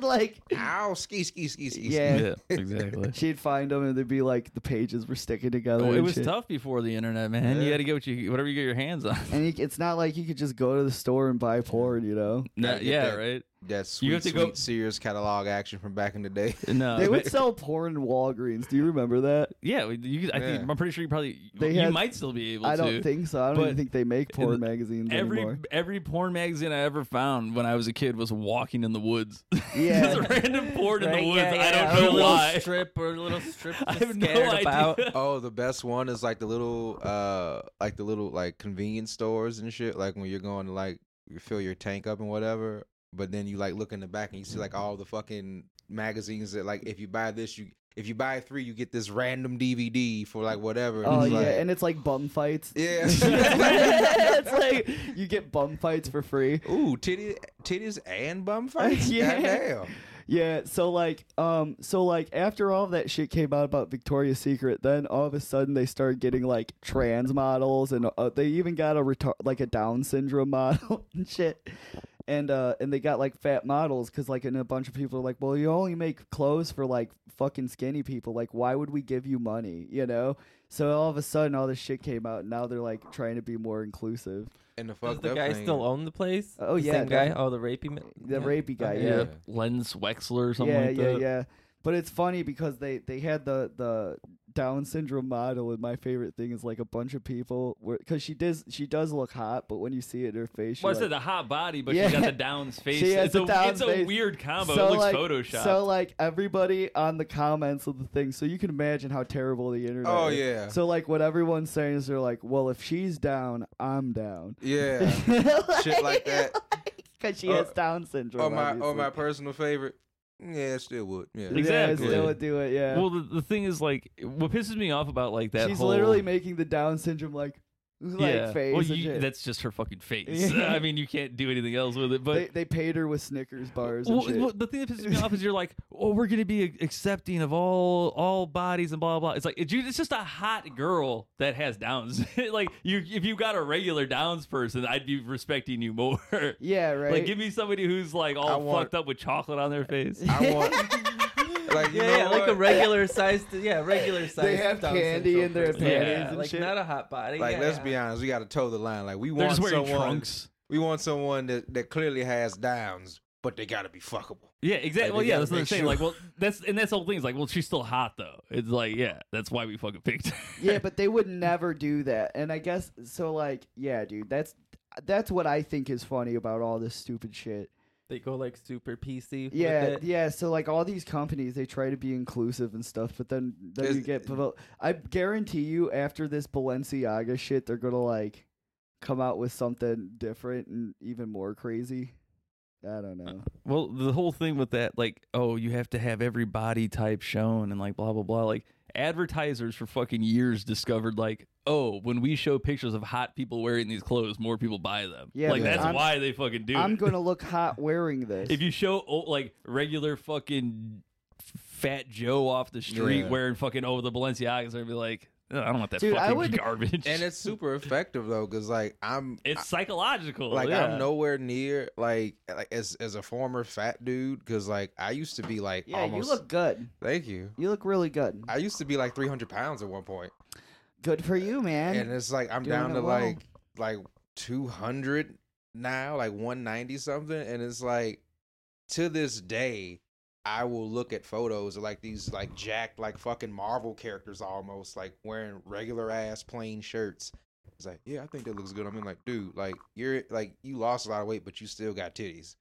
S2: like
S5: Ow, ski, ski, ski, ski.
S2: Yeah.
S3: yeah, exactly.
S2: she'd find them and they'd be like the pages were sticking together.
S3: Well, it
S2: and
S3: was
S2: shit.
S3: tough before the internet, man. You had to get what you, whatever you get your hands on.
S2: And you, it's not like you could just go to the store and buy porn, you know.
S3: No,
S5: get
S3: yeah,
S5: that.
S3: right.
S5: Ski. That sweet,
S3: have to
S5: sweet
S3: go-
S5: Sears catalog action from back in the day.
S3: No,
S2: They would
S3: Uh, but-
S2: sell porn in Walgreens. Do you remember that?
S3: yeah, we- you, I think
S5: Yeah.
S3: I'm pretty sure you probably
S2: They
S3: you
S2: had-
S3: might still be able
S2: I
S3: to.
S2: don't think so. I don't
S3: But
S2: even think they make porn
S3: in-
S2: magazines
S3: every
S2: anymore.
S3: every porn magazine I ever found when I was a kid was Walking in the Woods.
S2: Yeah.
S3: Just random porn in
S4: Right,
S3: the woods.
S4: yeah,
S3: I
S4: yeah,
S3: don't know
S4: or a little
S3: why.
S4: Strip or a little strip.
S3: I
S4: to
S3: have no
S4: scare
S3: idea.
S4: About.
S5: oh, the best one is like the little, uh, like the little like convenience stores and shit. Like when you're going to like fill your tank up and whatever, but then you like look in the back and you see
S2: Mm-hmm.
S5: like all the fucking magazines that like if you buy this, you if you buy three, you get this random DVD for like whatever. and
S2: Oh
S5: it's
S2: yeah,
S5: like-
S2: and it's like bum fights.
S5: yeah.
S2: it's like you get bum fights for free.
S5: Ooh, titties, titties and bum fights.
S2: Yeah.
S5: Goddamn.
S2: Yeah, so like um so like after all that shit came out about Victoria's Secret, then all of a sudden they started getting like trans models and uh, they even got a retar- like a down syndrome model and shit. And uh and they got like fat models cuz like and a bunch of people are like, "Well, you only make clothes for like fucking skinny people. Like why would we give you money?" You know? So all of a sudden all this shit came out and now they're like trying to be more inclusive.
S5: And the fuck
S4: Does the guy still own the place?
S2: Oh,
S4: The
S2: yeah,
S4: same guy.
S2: definitely.
S4: Oh, the rapey man.
S2: The rapey guy,
S4: Okay.
S2: yeah.
S3: Lens Wexler or something
S2: yeah,
S3: like
S2: yeah,
S3: that.
S2: yeah. But it's funny because they they had the the Down syndrome model, and my favorite thing is like a bunch of people because she does she does look hot, but when you see it in her face,
S3: Well, I
S2: you're
S3: said
S2: like,
S3: the hot body, but
S2: Yeah.
S3: she got the Downs face.
S2: She has
S3: it's
S2: the
S3: a,
S2: down
S3: it's a
S2: face.
S3: weird combo.
S2: So,
S3: it looks
S2: like-
S3: photoshopped.
S2: So like everybody on the comments of the thing, so you can imagine how terrible the internet.
S5: Oh,
S2: is.
S5: yeah.
S2: So like what everyone's saying is they're like, well, if she's down, I'm down.
S5: Yeah. Shit like that.
S2: Because she
S5: Or-
S2: has Down syndrome.
S5: Or my or
S2: obviously.
S5: my personal favorite. Yeah, it still would. Yeah.
S2: Yeah,
S3: Exactly.
S2: still would do it. Yeah.
S3: well, the, the thing is, like, what pisses me off about like that
S2: she's
S3: whole
S2: literally making the Down syndrome like like face.
S3: Well,
S2: and
S3: you-
S2: shit.
S3: that's just her fucking face.
S2: Yeah.
S3: I mean, you can't do anything else with it. But
S2: they, they paid her with Snickers bars and
S3: well,
S2: shit.
S3: well, the thing that pisses me off is you're like, oh, we're gonna be accepting of all all bodies and blah blah. blah." It's like it, you- it's just a hot girl that has Downs. like you, if you got a regular Downs person, I'd be respecting you more.
S2: yeah, right.
S3: Like, give me somebody who's like all
S5: I want-
S3: fucked up with chocolate on their face.
S5: I want like you know
S4: Yeah, yeah, like a
S5: what?
S4: regular size. Yeah, regular size.
S2: have
S4: Down
S2: candy
S4: syndrome
S2: in their
S4: person.
S3: panties
S4: Yeah,
S2: and
S4: like
S2: shit.
S4: not a hot body.
S5: like
S4: yeah,
S5: let's
S4: yeah.
S5: be honest, we got to toe the line. Like we
S3: They're
S5: want
S3: just wearing
S5: someone
S3: trunks.
S5: we want someone that, that clearly has downs, but they got to be fuckable.
S3: Yeah, exactly.
S5: Like,
S3: Well,
S5: they
S3: yeah,
S5: gotta
S3: that's what I'm
S5: make
S3: saying.
S5: sure.
S3: Like, well, that's and that's the whole thing. It's like, well, she's still hot though. It's like, yeah, that's why we fucking picked her.
S2: yeah, but they would never do that. And I guess so. Like, yeah, dude, that's that's what I think is funny about all this stupid shit.
S4: They go like super PC. with
S2: Yeah,
S4: it.
S2: yeah. So like all these companies, they try to be inclusive and stuff, but then then
S5: Is-
S2: you get. provo- I guarantee you, after this Balenciaga shit, they're gonna like come out with something different and even more crazy. I don't know.
S3: Well, the whole thing with that, like, oh, you have to have every body type shown and like blah blah blah. Like advertisers for fucking years discovered like, oh, when we show pictures of hot people wearing these clothes, more people buy them.
S2: Yeah,
S3: like
S2: but
S3: that's
S2: I'm-
S3: why they fucking do
S2: I'm
S3: it.
S2: gonna look hot wearing this.
S3: if you show oh, like regular fucking fat Joe off the street
S5: Yeah.
S3: wearing fucking oh the Balenciagas, they'd be like, "Ugh, I don't want that
S2: Dude, I
S3: fucking
S2: would-
S3: garbage.
S5: And it's super effective though, because like I'm
S3: it's psychological.
S5: like
S3: yeah.
S5: I'm nowhere near like like as as a former fat dude, because like I used to be like
S2: yeah,
S5: almost.
S2: you look good.
S5: thank you.
S2: You look really good.
S5: I used to be like 300 pounds at one point,
S2: Good for you, man.
S5: and it's like I'm
S2: doing
S5: down
S2: it
S5: to
S2: well.
S5: like like 200 now, like 190 something, and it's like to this day I will look at photos of like these like jacked like fucking Marvel characters almost like wearing regular ass plain shirts. It's like, yeah, I think that looks good. I mean, like, dude, like you're like you lost a lot of weight, but you still got titties.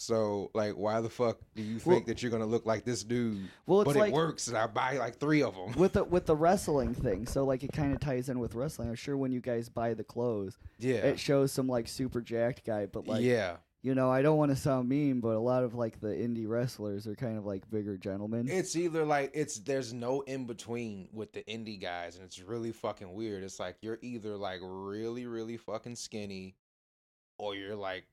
S5: So like, why the fuck do you think
S2: Well-
S5: that you're gonna look like this dude?
S2: Well, it's
S5: but
S2: like-
S5: it works, and I buy like three of them.
S2: with the with the wrestling thing. So like it kind of ties in with wrestling. I'm sure when you guys buy the clothes,
S5: Yeah,
S2: it shows some like super jacked guy. But like,
S5: yeah.
S2: you know, I don't want to sound mean, but a lot of like the indie wrestlers are kind of like bigger gentlemen.
S5: It's either like it's there's no in between with the indie guys, and it's really fucking weird. It's like you're either like really, really fucking skinny, or you're like,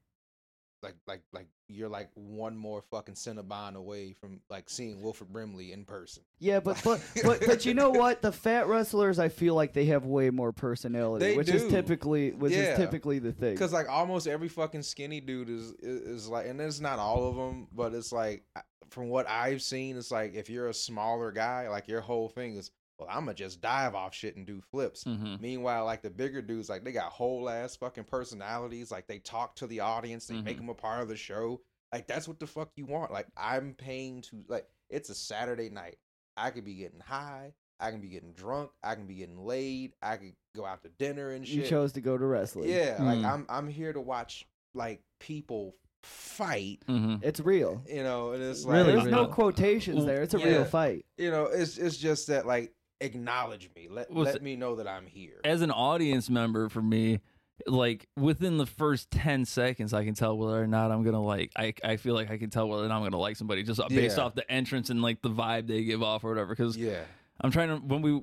S5: like, like, like you're like one more fucking Cinnabon away from like seeing Wilfred Brimley in person.
S2: yeah, but but but but you know what? The fat wrestlers, I feel like they have way more personality,
S5: They
S2: which is
S5: do.
S2: typically which
S5: Yeah.
S2: is typically the thing.
S5: Because like almost every fucking skinny dude is, is is like, and it's not all of them, but it's like I- from what I've seen, it's like if you're a smaller guy, like your whole thing is, well, I'm gonna just dive off shit and do flips.
S3: Mm-hmm.
S5: Meanwhile, like the bigger dudes, like they got whole ass fucking personalities. Like they talk to the audience, they make 'em make
S2: Mm-hmm.
S3: Mhm.
S5: them a part of the show. Like that's what the fuck you want. Like I'm paying to like it's a Saturday night. I could be getting high. I can be getting drunk. I can be getting laid. I could go out to dinner and shit.
S2: you chose to go to wrestling.
S5: yeah, like
S3: Mm.
S5: I'm I'm here to watch like people fight.
S3: Mm-hmm.
S2: it's real.
S5: You know, and it's like
S3: Really
S2: There's no
S3: real.
S2: quotations there. It's a
S5: Yeah.
S2: real fight.
S5: you know, it's it's just that like acknowledge me. Let
S3: Was-
S5: let me know that I'm here.
S3: as an audience member for me like within the first 10 seconds i can tell whether or not i'm gonna like i, I feel like i can tell whether or not i'm gonna like somebody just based
S5: Yeah.
S3: off the entrance and like the vibe they give off or whatever because
S5: Yeah.
S3: i'm trying to when we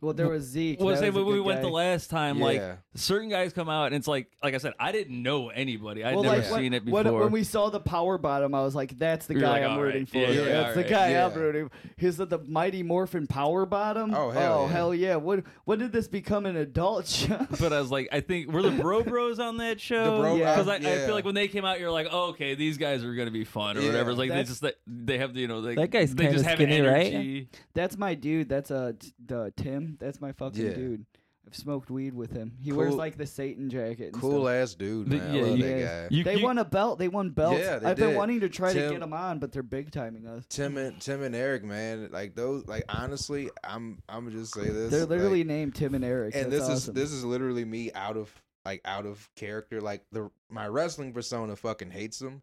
S2: Well, there was Zeke.
S3: well,
S2: that
S3: say
S2: was a
S3: when we
S2: good
S3: went
S2: guy.
S3: the last time
S5: Yeah.
S3: like certain guys come out and it's like like i said i didn't know anybody i'd
S2: well,
S3: never
S2: like, when-
S3: seen it
S2: when,
S3: before
S2: When, we saw the power bottom, I was like, "That's the
S3: We were
S2: guy
S3: like,
S2: I'm
S3: "All
S2: rooting
S3: right,
S2: for.
S3: yeah, yeah,
S2: That's
S3: all
S2: the
S3: right,
S2: guy I'm
S5: yeah."
S2: rooting." for. Is it the Mighty Morphin Power Bottom?
S5: Oh, hell yeah.
S2: hell yeah! What when did this become an adult show?
S3: but I was like, I think were the Bro Bros on that show?
S5: The Bro
S2: Yeah.
S3: because I,
S5: Bros,
S3: I
S5: yeah.
S3: feel like when they came out, you're like, oh, okay, these guys are gonna be fun or
S5: Yeah.
S3: whatever. It's like
S2: That's-
S3: they just like, they have you know they,
S6: That guy's
S3: they
S6: kinda
S3: just have
S6: skinny, right?
S3: energy.
S2: That's my dude. That's uh t- the Tim. That's my fucking
S5: Yeah.
S2: dude. I've smoked weed with him. He
S5: Cool.
S2: wears like the Satan jacket. And
S5: Cool
S2: Stuff.
S5: ass dude,
S3: The-
S5: man. I
S3: yeah,
S5: love
S3: you-
S5: that guy.
S3: You,
S2: They
S3: you-
S2: won a belt. They won belts.
S5: Yeah, they
S2: I've been
S5: did.
S2: wanting to try to
S5: Tim-
S2: get them on, but they're big timing us.
S5: Tim and Tim and Eric, man, like those, like honestly, I'm I'm gonna just say this.
S2: They're literally
S5: like,
S2: named Tim and Eric.
S5: and this
S2: That's
S5: is
S2: awesome.
S5: this is literally me out of like out of character. Like the my wrestling persona fucking hates them,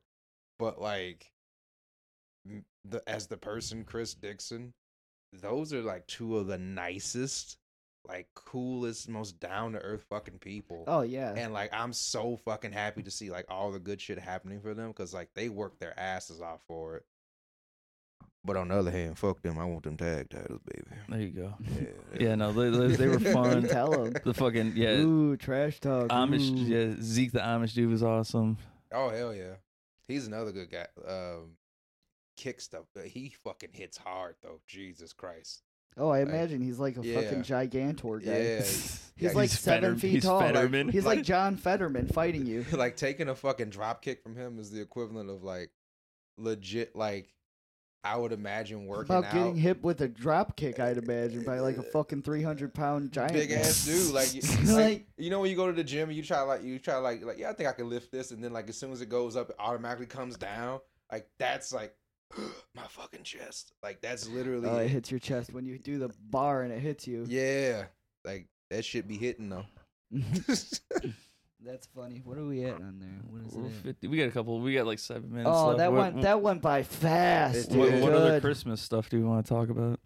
S5: but like m- the as the person Chris Dixon, those are like two of the nicest, like coolest, most down to earth fucking people.
S2: Oh yeah.
S5: And like I'm so fucking happy to see like all the good shit happening for them because like they work their asses off for it. But on the other hand, fuck them. I want them tag titles, baby.
S3: there you go.
S5: Yeah,
S3: Yeah, no, they, they, they were fun.
S2: Tell him.
S3: the fucking yeah,
S2: Ooh, trash talk.
S3: Amish
S2: Ooh.
S3: yeah Zeke the Amish dude was awesome.
S5: Oh hell yeah, he's another good guy. Um, kick stuff. but He fucking hits hard though. Jesus Christ.
S2: Oh, I
S5: Like,
S2: imagine he's like a
S5: yeah.
S2: fucking gigantor guy.
S5: Yeah.
S2: he's
S5: Yeah,
S2: like
S3: he's
S2: seven
S3: Fetterman-
S2: feet
S3: he's
S2: tall.
S3: Fetterman.
S2: He's like John Fetterman fighting you.
S5: like taking a fucking drop kick from him is the equivalent of like legit. Like I would imagine working
S2: About
S5: out.
S2: getting hit with a drop kick, I'd imagine, by like a fucking three hundred pound giant.
S5: big ass dude. Like, you- like,
S2: Like-
S5: you know when you go to the gym and you try like you try like like yeah, I think I can lift this, and then like as soon as it goes up, it automatically comes down. Like that's like my fucking chest. Like that's literally
S2: Oh, it
S5: it.
S2: hits your chest when you do the bar and it hits you.
S5: yeah. Like that should be hitting though.
S2: That's funny. What are we at on there? What is
S3: We're
S2: it? at?
S3: 50, we got a couple. We got like seven minutes.
S2: Oh,
S3: left.
S2: that
S3: What-
S2: went that went by fast.
S5: It
S3: What,
S2: dude.
S5: did.
S3: what other
S2: Good.
S3: Christmas stuff do you want to talk about?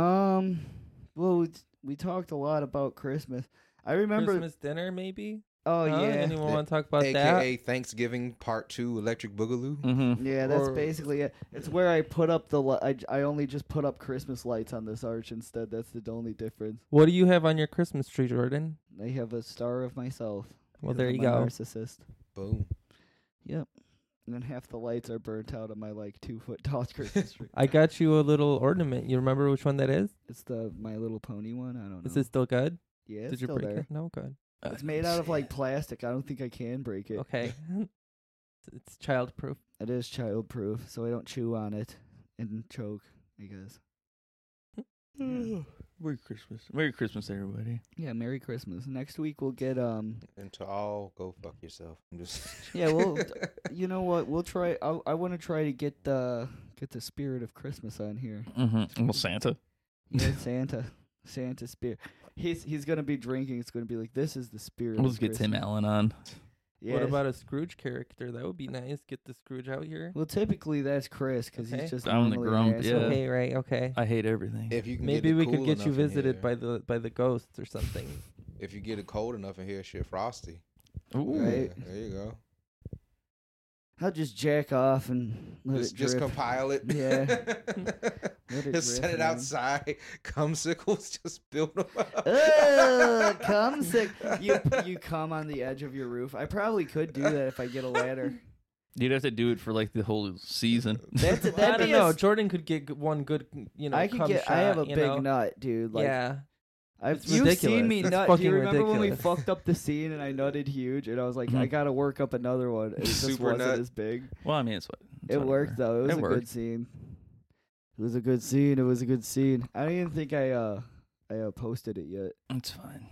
S2: Um, well, we- we talked a lot about Christmas. I remember.
S4: Christmas dinner, maybe.
S2: Oh
S4: Huh?
S2: yeah.
S4: Anyone
S5: Yeah.
S4: want to talk about that? Mm.
S5: AKA Thanksgiving Part Two, Electric Boogaloo.
S3: Mm-hmm.
S2: Yeah, that's
S5: Or-
S2: basically it. It's where I put up the. Li- I, j- I only just put up Christmas lights on this arch instead. That's the only difference.
S4: What do you have on your Christmas tree, Jordan?
S2: I have a star of myself.
S4: Well,
S2: 'cause
S4: there
S2: I'm
S4: you
S2: a
S4: go.
S2: Narcissist.
S5: Boom.
S2: Yep. And then half the lights are burnt out on my like two foot tall Christmas tree.
S4: I got you a little ornament. You remember which one that is?
S2: It's the My Little Pony one. I don't know.
S4: Is it still good?
S2: yeah, it's
S4: Did you
S2: still
S4: break
S2: there.
S4: it? No, good.
S2: It's made out of like plastic. I don't think I can break it.
S4: Okay. it's child proof.
S2: It is childproof, so I don't chew on it and choke. I guess. Yeah.
S3: Merry Christmas. Merry Christmas, everybody.
S2: Yeah. Merry Christmas. Next week we'll get um.
S5: And to all, go fuck yourself. I'm just
S2: Yeah, well, You know what? We'll try. I, I want to try to get the get the spirit of Christmas on here.
S3: Mm-hmm. Well, Santa.
S2: Yeah, Santa, Santa spirit. He's he's gonna be drinking. It's gonna be like this is the spirit.
S3: We'll
S2: of
S3: just get
S2: Christmas.
S3: Tim Allen on.
S2: Yes.
S4: What about a Scrooge character? That would be nice. Get the Scrooge out here.
S2: Well, typically that's Chris because
S4: Okay.
S2: he's just
S3: I'm the
S2: normally an
S3: grump,
S2: asshole.
S3: yeah.
S4: Okay, right. Okay.
S3: I hate everything.
S5: If you can
S4: Maybe
S5: get it
S4: we
S5: cool
S4: could get you
S5: enough in
S4: visited
S5: here.
S4: by the by the ghosts or something.
S5: If you get it cold enough in here, shit, frosty.
S3: Ooh.
S2: Right.
S5: Yeah, there you go.
S2: I'll just jack off and let
S5: Just,
S2: it
S5: just
S2: drip.
S5: compile it.
S2: Yeah. Let it
S5: just set
S2: drip,
S5: it
S2: man.
S5: outside. Cumsicles, just build them up.
S2: Ugh, cum sick. You you come on the edge of your roof. I probably could do that if I get a ladder.
S3: You'd have to do it for like the whole season.
S2: That's that'd
S4: I don't
S2: be a
S4: know.
S2: s-
S4: Jordan could get g- one good, you know.
S2: I could
S4: cum
S2: get. I have a
S4: shot, you
S2: big
S4: know?
S2: nut, dude. Like,
S4: yeah.
S2: I've,
S4: It's
S2: you've seen
S4: ridiculous.
S2: me
S4: It's
S2: nut. Do
S4: fucking
S2: you remember when we
S4: ridiculous. Hmm.
S2: fucked up the scene and I nutted huge and I was like, I gotta work up another one. It just
S5: Super
S2: wasn't
S5: nut.
S2: as big.
S3: Well, I mean, it's what it's
S2: It
S3: whatever.
S2: worked though. It was
S3: It
S2: a good
S3: worked.
S2: scene. It was a good scene. It was a good scene. I don't even think I uh I uh, posted it yet.
S3: It's fine.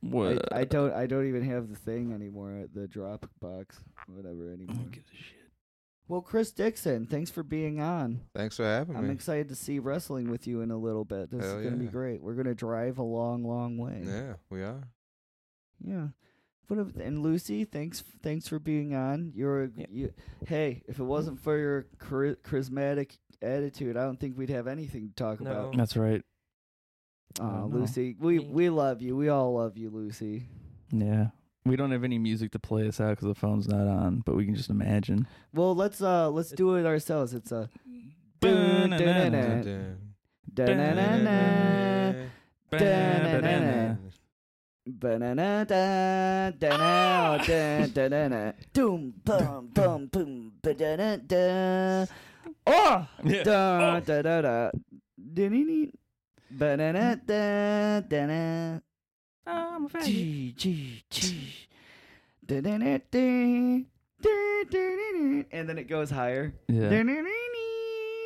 S3: What?
S2: I, I don't. I don't even have the thing anymore. The Dropbox, whatever
S3: Who
S2: anymore.
S3: gives a shit?
S2: Well, Chris Dixon, thanks for being on.
S5: Thanks for having
S2: I'm
S5: me.
S2: excited to see wrestling with you in a little bit. This
S5: Hell
S2: is gonna be
S5: yeah.
S2: great. We're gonna drive a long, long way.
S5: yeah, we are.
S2: Yeah. What if, and Lucy, thanks thanks for being on. You're a,
S4: Yeah.
S2: you, hey, if it wasn't for your chari- charismatic attitude, I don't think we'd have anything to talk
S4: No.
S2: about.
S3: That's right.
S2: Aw,
S3: Oh, no.
S2: Lucy, we
S4: Thank
S2: we love you. We all love you, Lucy.
S3: Yeah. We don't have any music to play us out because the phone's not on, but we can just imagine.
S2: Well, let's uh let's do it ourselves. It's a
S3: Ba-na-na-na.
S5: Dun,
S2: Da-na-na-na,
S5: dun.
S2: Ba-na-na-na. ba-na-na-da, da-na, da, da-na-na. Doom, boom, boom, boom, ba-da-da-da. Oh!
S3: Yeah.
S2: Da, da, da, da. Dee-dee-dee. Ba-na-na-da, da-na.
S4: Oh,
S3: I'm a faggot.
S2: Gee, gee, gee. Da-da-da-da, da-da-da-da. And then it goes higher.
S3: Yeah.
S2: Da-da-da-dee.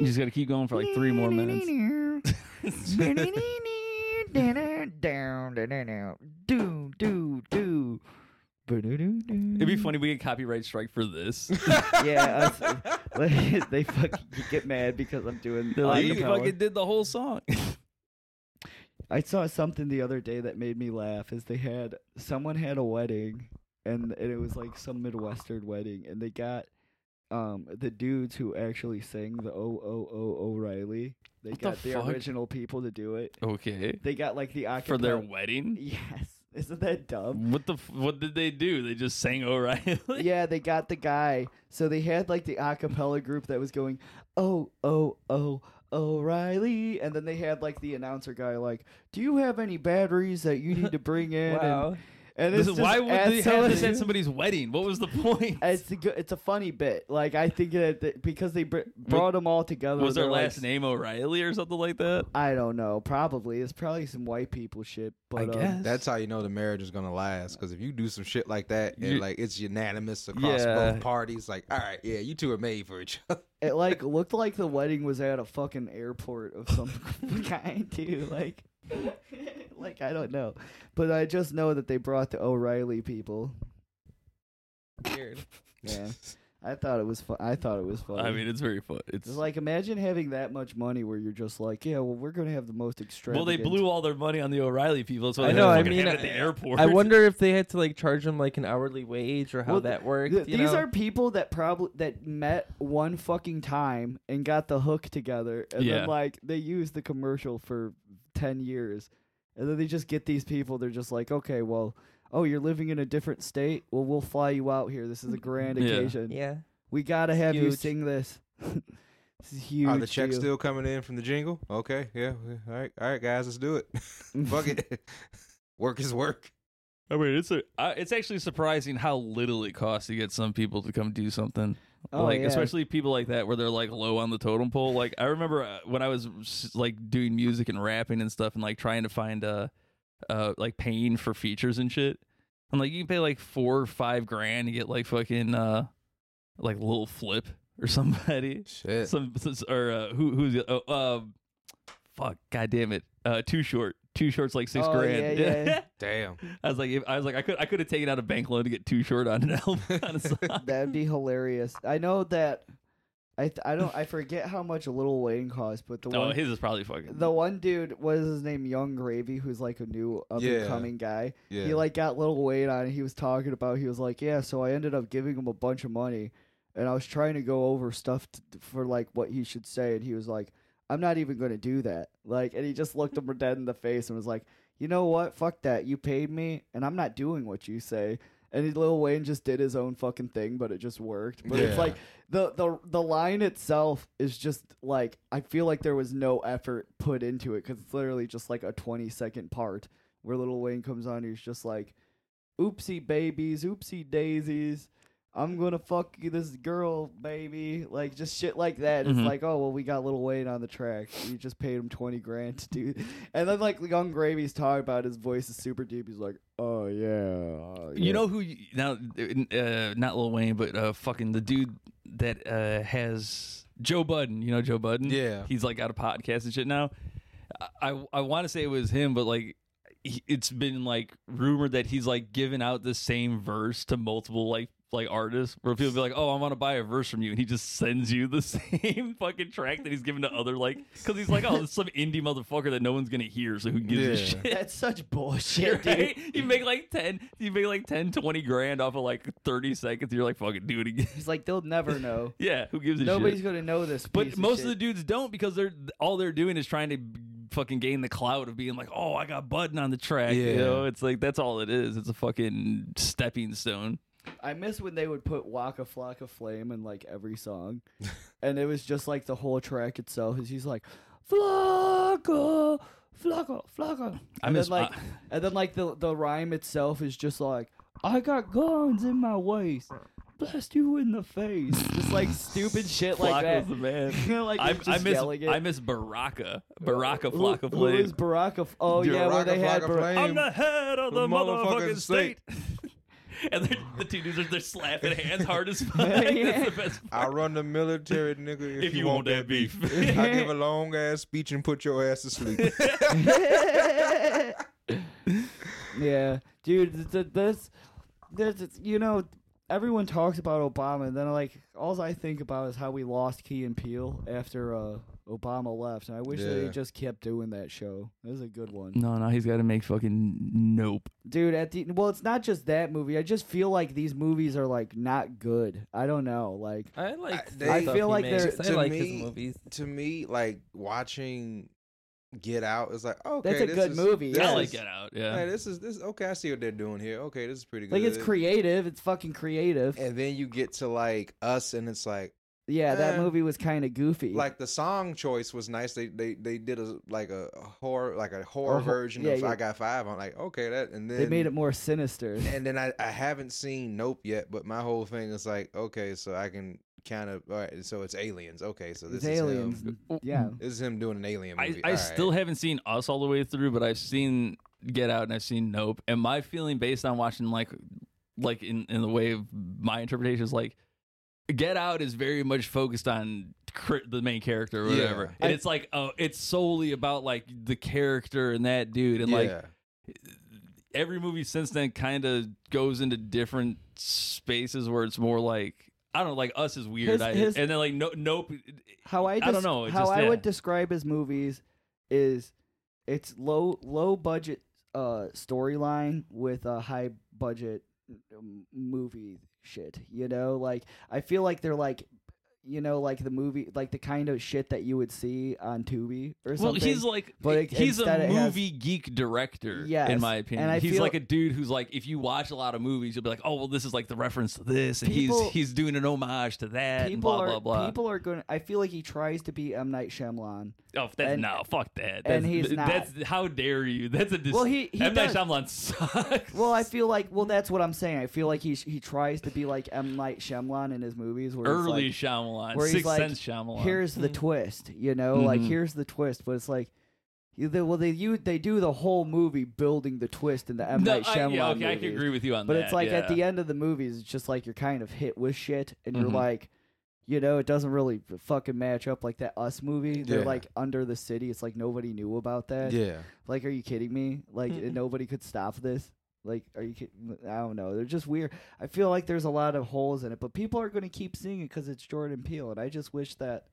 S3: You just got to keep going for like three more minutes.
S2: do do do.
S3: It'd be funny if we get copyright strike for this.
S2: Yeah, us, like, they fucking get mad because I'm doing.
S3: They're like,
S2: I'm
S3: you
S2: the power."
S3: fucking did the whole song.
S2: I saw something the other day that made me laugh. Is they had someone had a wedding, and, and it was like some midwestern wedding, and they got um the dudes who actually sang the O O O O'Reilly. They
S3: What the
S2: got the,
S3: fuck?
S2: original people to do it.
S3: okay.
S2: They got like the acapella.
S3: For their wedding?
S2: Yes. Isn't that dumb?
S3: What the? f- What did they do? They just sang O'Reilly.
S2: yeah, they got the guy. So they had like the a cappella group that was going, oh, oh, oh, O'Reilly. And then they had like the announcer guy, like, do you have any batteries that you need to bring in?
S4: Wow.
S2: And, and it's
S3: This is- why
S2: just
S3: would they
S2: at
S3: have this
S2: somebody-
S3: at somebody's wedding? What was the point?
S2: It's a, good, it's a funny bit. Like, I think that that- because they br- brought them all together.
S3: was their
S2: they're like,
S3: last name O'Reilly or something like that?
S2: I don't know. Probably. It's probably some white people shit. But,
S3: I
S2: um,
S3: guess.
S5: That's how you know the marriage is gonna last. Because if you do some shit like that, and
S3: You-
S5: like it's unanimous across
S3: Yeah.
S5: both parties, like, all right, yeah, you two are made for each other.
S2: It like looked like the wedding was at a fucking airport of some kind too. Like, like I don't know, but I just know that they brought the O'Reilly people.
S4: Weird.
S2: Yeah, I thought it was fun. I thought it was fun.
S3: I mean, it's very fun. It's
S2: It's like imagine having that much money where you're just like, yeah, well, we're gonna have the most
S3: well,
S2: extravagant.
S3: they blew all their money on the O'Reilly people, so
S4: I
S3: they
S4: know,
S3: had to
S4: I
S3: fucking
S4: mean,
S3: have it at the
S4: I-
S3: airport.
S4: I wonder if they had to like charge him like an hourly wage or how
S2: Well,
S4: that worked.
S2: Th-
S4: you
S2: these
S4: know?
S2: are people that probably that met one fucking time and got the hook together, and
S3: Yeah.
S2: then like they used the commercial for ten years, and then they just get these people. They're just like, okay, well, oh, you're living in a different state. Well, we'll fly you out here. This is a grand
S3: Yeah.
S2: occasion.
S4: yeah.
S2: We gotta have you
S4: Huge.
S2: sing this. this is huge.
S5: Are Oh, the checks
S2: deal.
S5: still coming in from the jingle? Okay, yeah, yeah, all right, all right, guys, let's do it. Fuck it, work is work.
S3: I mean, it's a, uh, it's actually surprising how little it costs to get some people to come do something.
S2: Oh,
S3: like
S2: yeah.
S3: especially people like that where they're like low on the totem pole. Like I remember uh, when I was s- like doing music and rapping and stuff, and like trying to find uh, uh, like paying for features and shit. And like you can pay like four or five grand to get like fucking uh, like little flip or somebody.
S5: Shit.
S3: some s- or uh, who who's the- oh, um fuck god damn it uh too short too short's like six
S2: Oh,
S3: grand
S2: yeah, yeah.
S5: Damn.
S3: i was like if, i was like i could i could have taken out a bank loan to get too short on an album on a song.
S2: That'd be hilarious. I know that I th- I don't I forget how much Little Wayne cost, but the one
S3: Oh, his is probably fucking.
S2: the one dude was his name Young Gravy, who's like a new up
S5: Yeah.
S2: and coming guy.
S5: Yeah.
S2: He like got Little Wayne on. And he was talking about he was like, yeah. So I ended up giving him a bunch of money, and I was trying to go over stuff t for like what he should say, and he was like, I'm not even going to do that. Like, and he just looked him dead in the face and was like, you know what? Fuck that. You paid me, and I'm not doing what you say. And he- Lil Wayne just did his own fucking thing, but it just worked. But it's
S5: Yeah.
S2: like the the the line itself is just like I feel like there was no effort put into it because it's literally just like a twenty second part where Little Wayne comes on. And he's just like, "Oopsie babies, oopsie daisies, I'm gonna fuck you, this girl, baby." Like just shit like that.
S3: Mm-hmm.
S2: It's like, oh well, we got Little Wayne on the track. You just paid him twenty grand to do, and then like Young Gravy's talking about his voice is super deep. He's like, "Oh yeah, uh, yeah."
S3: You know who you- now? Uh, not Lil Wayne, but uh, fucking the dude that uh, has Joe Budden. You know Joe Budden?
S5: Yeah.
S3: He's like got a podcast and shit now. I I, I want to say it was him, but like he, it's been like rumored that he's like giving out the same verse to multiple like like artists where people be like, oh, I want to buy a verse from you, and he just sends you the same fucking track that he's given to other like because he's like, oh, this is some indie motherfucker that no one's gonna hear, so who gives a
S5: Yeah.
S3: shit?
S2: That's such bullshit, dude.
S3: right? You make like 10, you make like 10, 20 grand off of like 30 seconds. You're like, fucking do it again.
S2: He's like, they'll never know.
S3: yeah, who gives a
S2: Nobody's
S3: shit?
S2: gonna know this. piece
S3: But most of the
S2: shit.
S3: dudes don't because they're all they're doing is trying to b- fucking gain the clout of being like, oh, I got Budden on the track. You
S5: Yeah.
S3: know, it's like that's all it is. It's a fucking stepping stone.
S2: I miss when they would put Waka Flocka Flame in like every song, and it was just like the whole track itself. Is he's like Flocka, Flocka, Flocka.
S3: I
S2: and
S3: miss- uh,
S2: then, like,
S3: I-
S2: and then like the the rhyme itself is just like I got guns in my waist. Blast you in the face, just like stupid shit like
S3: Flocka's
S2: that.
S3: the man.
S2: like
S3: I,
S2: they're just
S3: I miss
S2: yelling it.
S3: I miss Baraka. Baraka
S2: Who-
S3: flock of
S2: who is
S3: flames.
S2: Baraka? F- Oh
S5: Dude,
S2: yeah, where
S5: Rock
S2: they
S5: of
S2: had
S5: Flock of
S2: Baraka.
S5: Flame.
S3: I'm the head of the,
S5: The
S3: motherfucking
S5: motherfucking
S3: state. and they're- the two dudes are they're slapping hands hard as fuck. That's the best.
S5: I run the military, nigga. If,
S3: If you want that beef,
S5: I give a long ass speech and put your ass to sleep.
S2: Yeah, dude, th- th- this, this, it's- you know, everyone talks about Obama, and then like all I think about is how we lost Key and Peele after uh, Obama left, and I wish they
S5: Yeah.
S2: just kept doing that show. It was a good one,
S3: no, no, he's got to make fucking nope.
S2: dude. At the well, it's not just that movie. I just feel like these movies are like not good. I don't know, like
S4: I like.
S5: I-
S4: the
S5: they-
S4: stuff
S5: I
S2: feel
S4: he
S2: like
S4: makes.
S2: they're-
S4: I
S5: to
S4: like
S5: me-
S4: his movies.
S5: to me, like watching Get Out is like okay,
S2: That's a
S5: this
S2: good
S5: is-
S2: movie,
S5: This
S2: yeah.
S3: I
S5: is-
S3: like Get Out. Yeah,
S5: Hey, this is this okay. I see what they're doing here. Okay, this is pretty good.
S2: like it's creative. It's fucking creative.
S5: And then you get to like us, and it's like
S2: yeah, that
S5: eh.
S2: movie was kind of goofy.
S5: like the song choice was nice. They they they did a like a horror like a horror
S2: A ho-
S5: version
S2: yeah,
S5: of
S2: yeah.
S5: I Got Five. I'm like okay that, and then
S2: they made it more sinister.
S5: And then I I haven't seen Nope yet, but my whole thing is like okay, so I can kind of all right. So it's aliens. Okay, so this
S2: It's
S5: is him.
S2: aliens. Yeah.
S5: This is him doing an alien
S3: I,
S5: movie.
S3: I
S5: All
S3: still
S5: right.
S3: haven't seen Us all the way through, but I've seen Get Out and I've seen Nope. And my feeling based on watching like like in, in the way of my interpretation is like Get Out is very much focused on cri- the main character or
S5: Yeah.
S3: whatever. And it's like oh, it's solely about like the character and that dude and like
S5: Yeah.
S3: every movie since then kind of goes into different spaces where it's more like I don't know, like us is weird,
S2: His-
S3: I,
S2: his-
S3: and then like no, nope.
S2: how I,
S3: I don't
S2: des-
S3: know, it's
S2: how
S3: just-
S2: I
S3: yeah.
S2: would describe his movies is it's low low budget uh, storyline with a high budget um, movie shit. You know, like I feel like they're like you know like the movie like the kind of shit that you would see on Tubi or
S3: Well,
S2: something.
S3: he's like
S2: but it-
S3: he's
S2: instead
S3: a
S2: it has-
S3: movie geek director,
S2: Yes,
S3: in my opinion.
S2: and I
S3: he's
S2: feel-
S3: like a dude who's like, if you watch a lot of movies, you'll be like, oh well, this is like the reference to this, and
S2: People-
S3: he's he's doing an homage to that, and
S2: people
S3: blah
S2: are
S3: blah blah.
S2: people are going. to I feel like he tries to be M Night Shyamalan.
S3: oh, that's,
S2: and-
S3: no, fuck that.
S2: and
S3: That's-
S2: he's not.
S3: That's how dare you? That's a dis-
S2: Well, he- he
S3: M Night
S2: does-
S3: Shyamalan sucks.
S2: Well, I feel like well that's what I'm saying. I feel like he he tries to be like M Night Shyamalan in his movies. Where it's
S3: early
S2: like,
S3: Shyamalan,
S2: where he's
S3: Sixth
S2: like,
S3: Sense Shyamalan.
S2: here's the twist you know like
S3: Mm-hmm.
S2: here's the twist but it's like you- they, well they you they do the whole movie building the twist in the M
S3: No,
S2: Night
S3: I- yeah,
S2: Shyamalan
S3: okay, I can
S2: movies.
S3: agree with you on
S2: but
S3: that.
S2: it's like at
S3: yeah. Mm-hmm.
S2: the end of the movies it's just like you're kind of hit with shit and you're like you know it doesn't really fucking match up like that us movie they're
S5: Yeah.
S2: like under the city it's like nobody knew about that
S5: Yeah.
S2: like are you kidding me like nobody could stop this Like, are you kidding? I don't know. They're just weird. I feel like there's a lot of holes in it, but people are going to keep seeing it because it's Jordan Peele, and I just wish that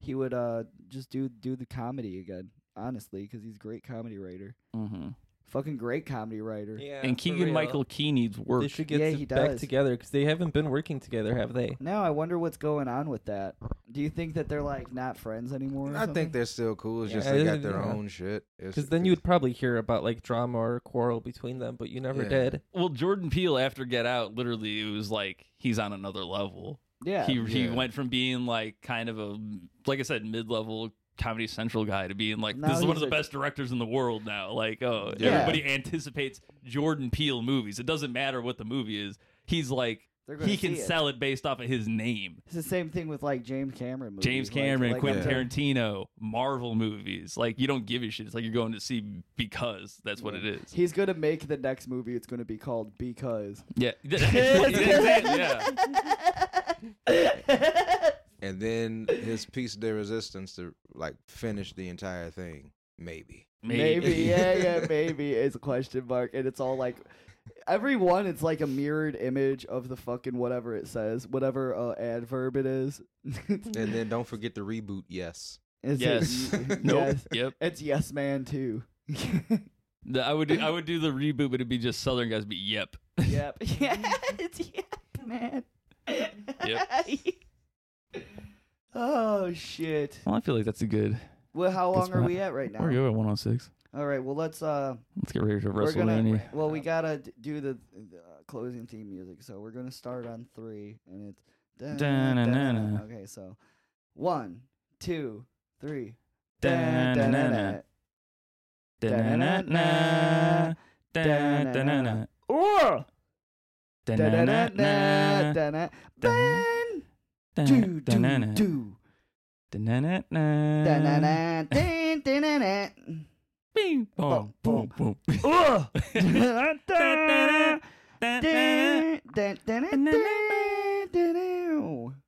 S2: he would uh just do do the comedy again. Honestly, because he's a great comedy writer,
S3: Mm-hmm.
S2: fucking great comedy writer.
S4: Yeah,
S3: and
S4: for
S3: Keegan Michael
S4: real.
S3: Key needs work.
S4: They should get
S2: Yeah,
S4: to-
S2: he
S4: back
S2: does.
S4: together because they haven't been working together, have they?
S2: Now I wonder what's going on with that. Do you think that they're like not friends anymore? or
S5: I
S2: something?
S5: think they're still cool. It's
S4: Yeah,
S5: just they
S4: it
S5: got
S4: is-
S5: their
S4: yeah.
S5: own shit. It's-
S4: Because then you'd probably hear about like drama or quarrel between them, but you never
S5: Yeah.
S4: did.
S3: well, Jordan Peele after Get Out, literally, it was like he's on another level.
S2: yeah.
S3: he he
S5: Yeah.
S3: went from being like kind of a like I said mid level Comedy Central guy to being like
S2: Now
S3: this is one of
S2: he's
S3: the
S2: a-
S3: best directors in the world now. Like oh
S5: Yeah.
S3: everybody anticipates Jordan Peele movies. It doesn't matter what the movie is. He's like
S2: They're gonna
S3: he can
S2: see it.
S3: sell it based off of his name.
S2: It's the same thing with like James Cameron movies.
S3: James
S2: Like-
S3: Cameron,
S2: like,
S3: Quentin
S5: Yeah.
S3: Tarantino, Marvel movies. Like you don't give a shit. It's like you're going to see because that's what it is.
S2: He's gonna make the next movie. It's gonna be called Because.
S3: Yeah. yeah.
S5: and then his piece de resistance to like finish the entire thing. Maybe.
S2: Maybe, yeah, yeah, maybe is a question mark, and it's all like, every one, it's like a mirrored image of the fucking whatever it says, whatever uh, adverb it is. it's
S5: And then don't forget the reboot. Yes.
S3: Yes.
S2: yes.
S3: Nope. Yep.
S2: It's yes, man, too.
S3: The- I would do, I would do the reboot, but it'd be just Southern guys. Be yep.
S2: yep. Yeah. It's yep, man.
S3: Yep.
S2: oh shit.
S3: Well, I feel like that's a good.
S2: Well, how
S3: That's
S2: long are
S3: what-
S2: we at right now?
S3: We're good at 106.
S2: All right. Well, let's uh.
S3: Let's get ready to
S2: We're
S3: WrestleMania.
S2: gonna, well, we gotta d- do the uh, closing theme music, so we're gonna start on three, and it's dun, dun, dun,
S3: Da-na-na-na.
S2: okay. So, one, two, three. Dun, dun, dun,
S3: Da-na-na-na.
S2: dun. Da-na-na-na.
S3: Da-na-na-na.
S2: Or dun, dun, dun,
S3: Da-na-na-na.
S2: dun, dun, dun.
S3: Dun.
S2: Dun, do, do,
S3: Da-na-na-na.
S2: do.
S3: Da-na-na-na.
S2: Dun, dun, dun, dun, dun, dun, dun.
S3: Bing, boom, boom, boom.
S2: Or. Dun, dun,
S3: Da-na-na-na.
S2: dun, dun, dun, dun, dun.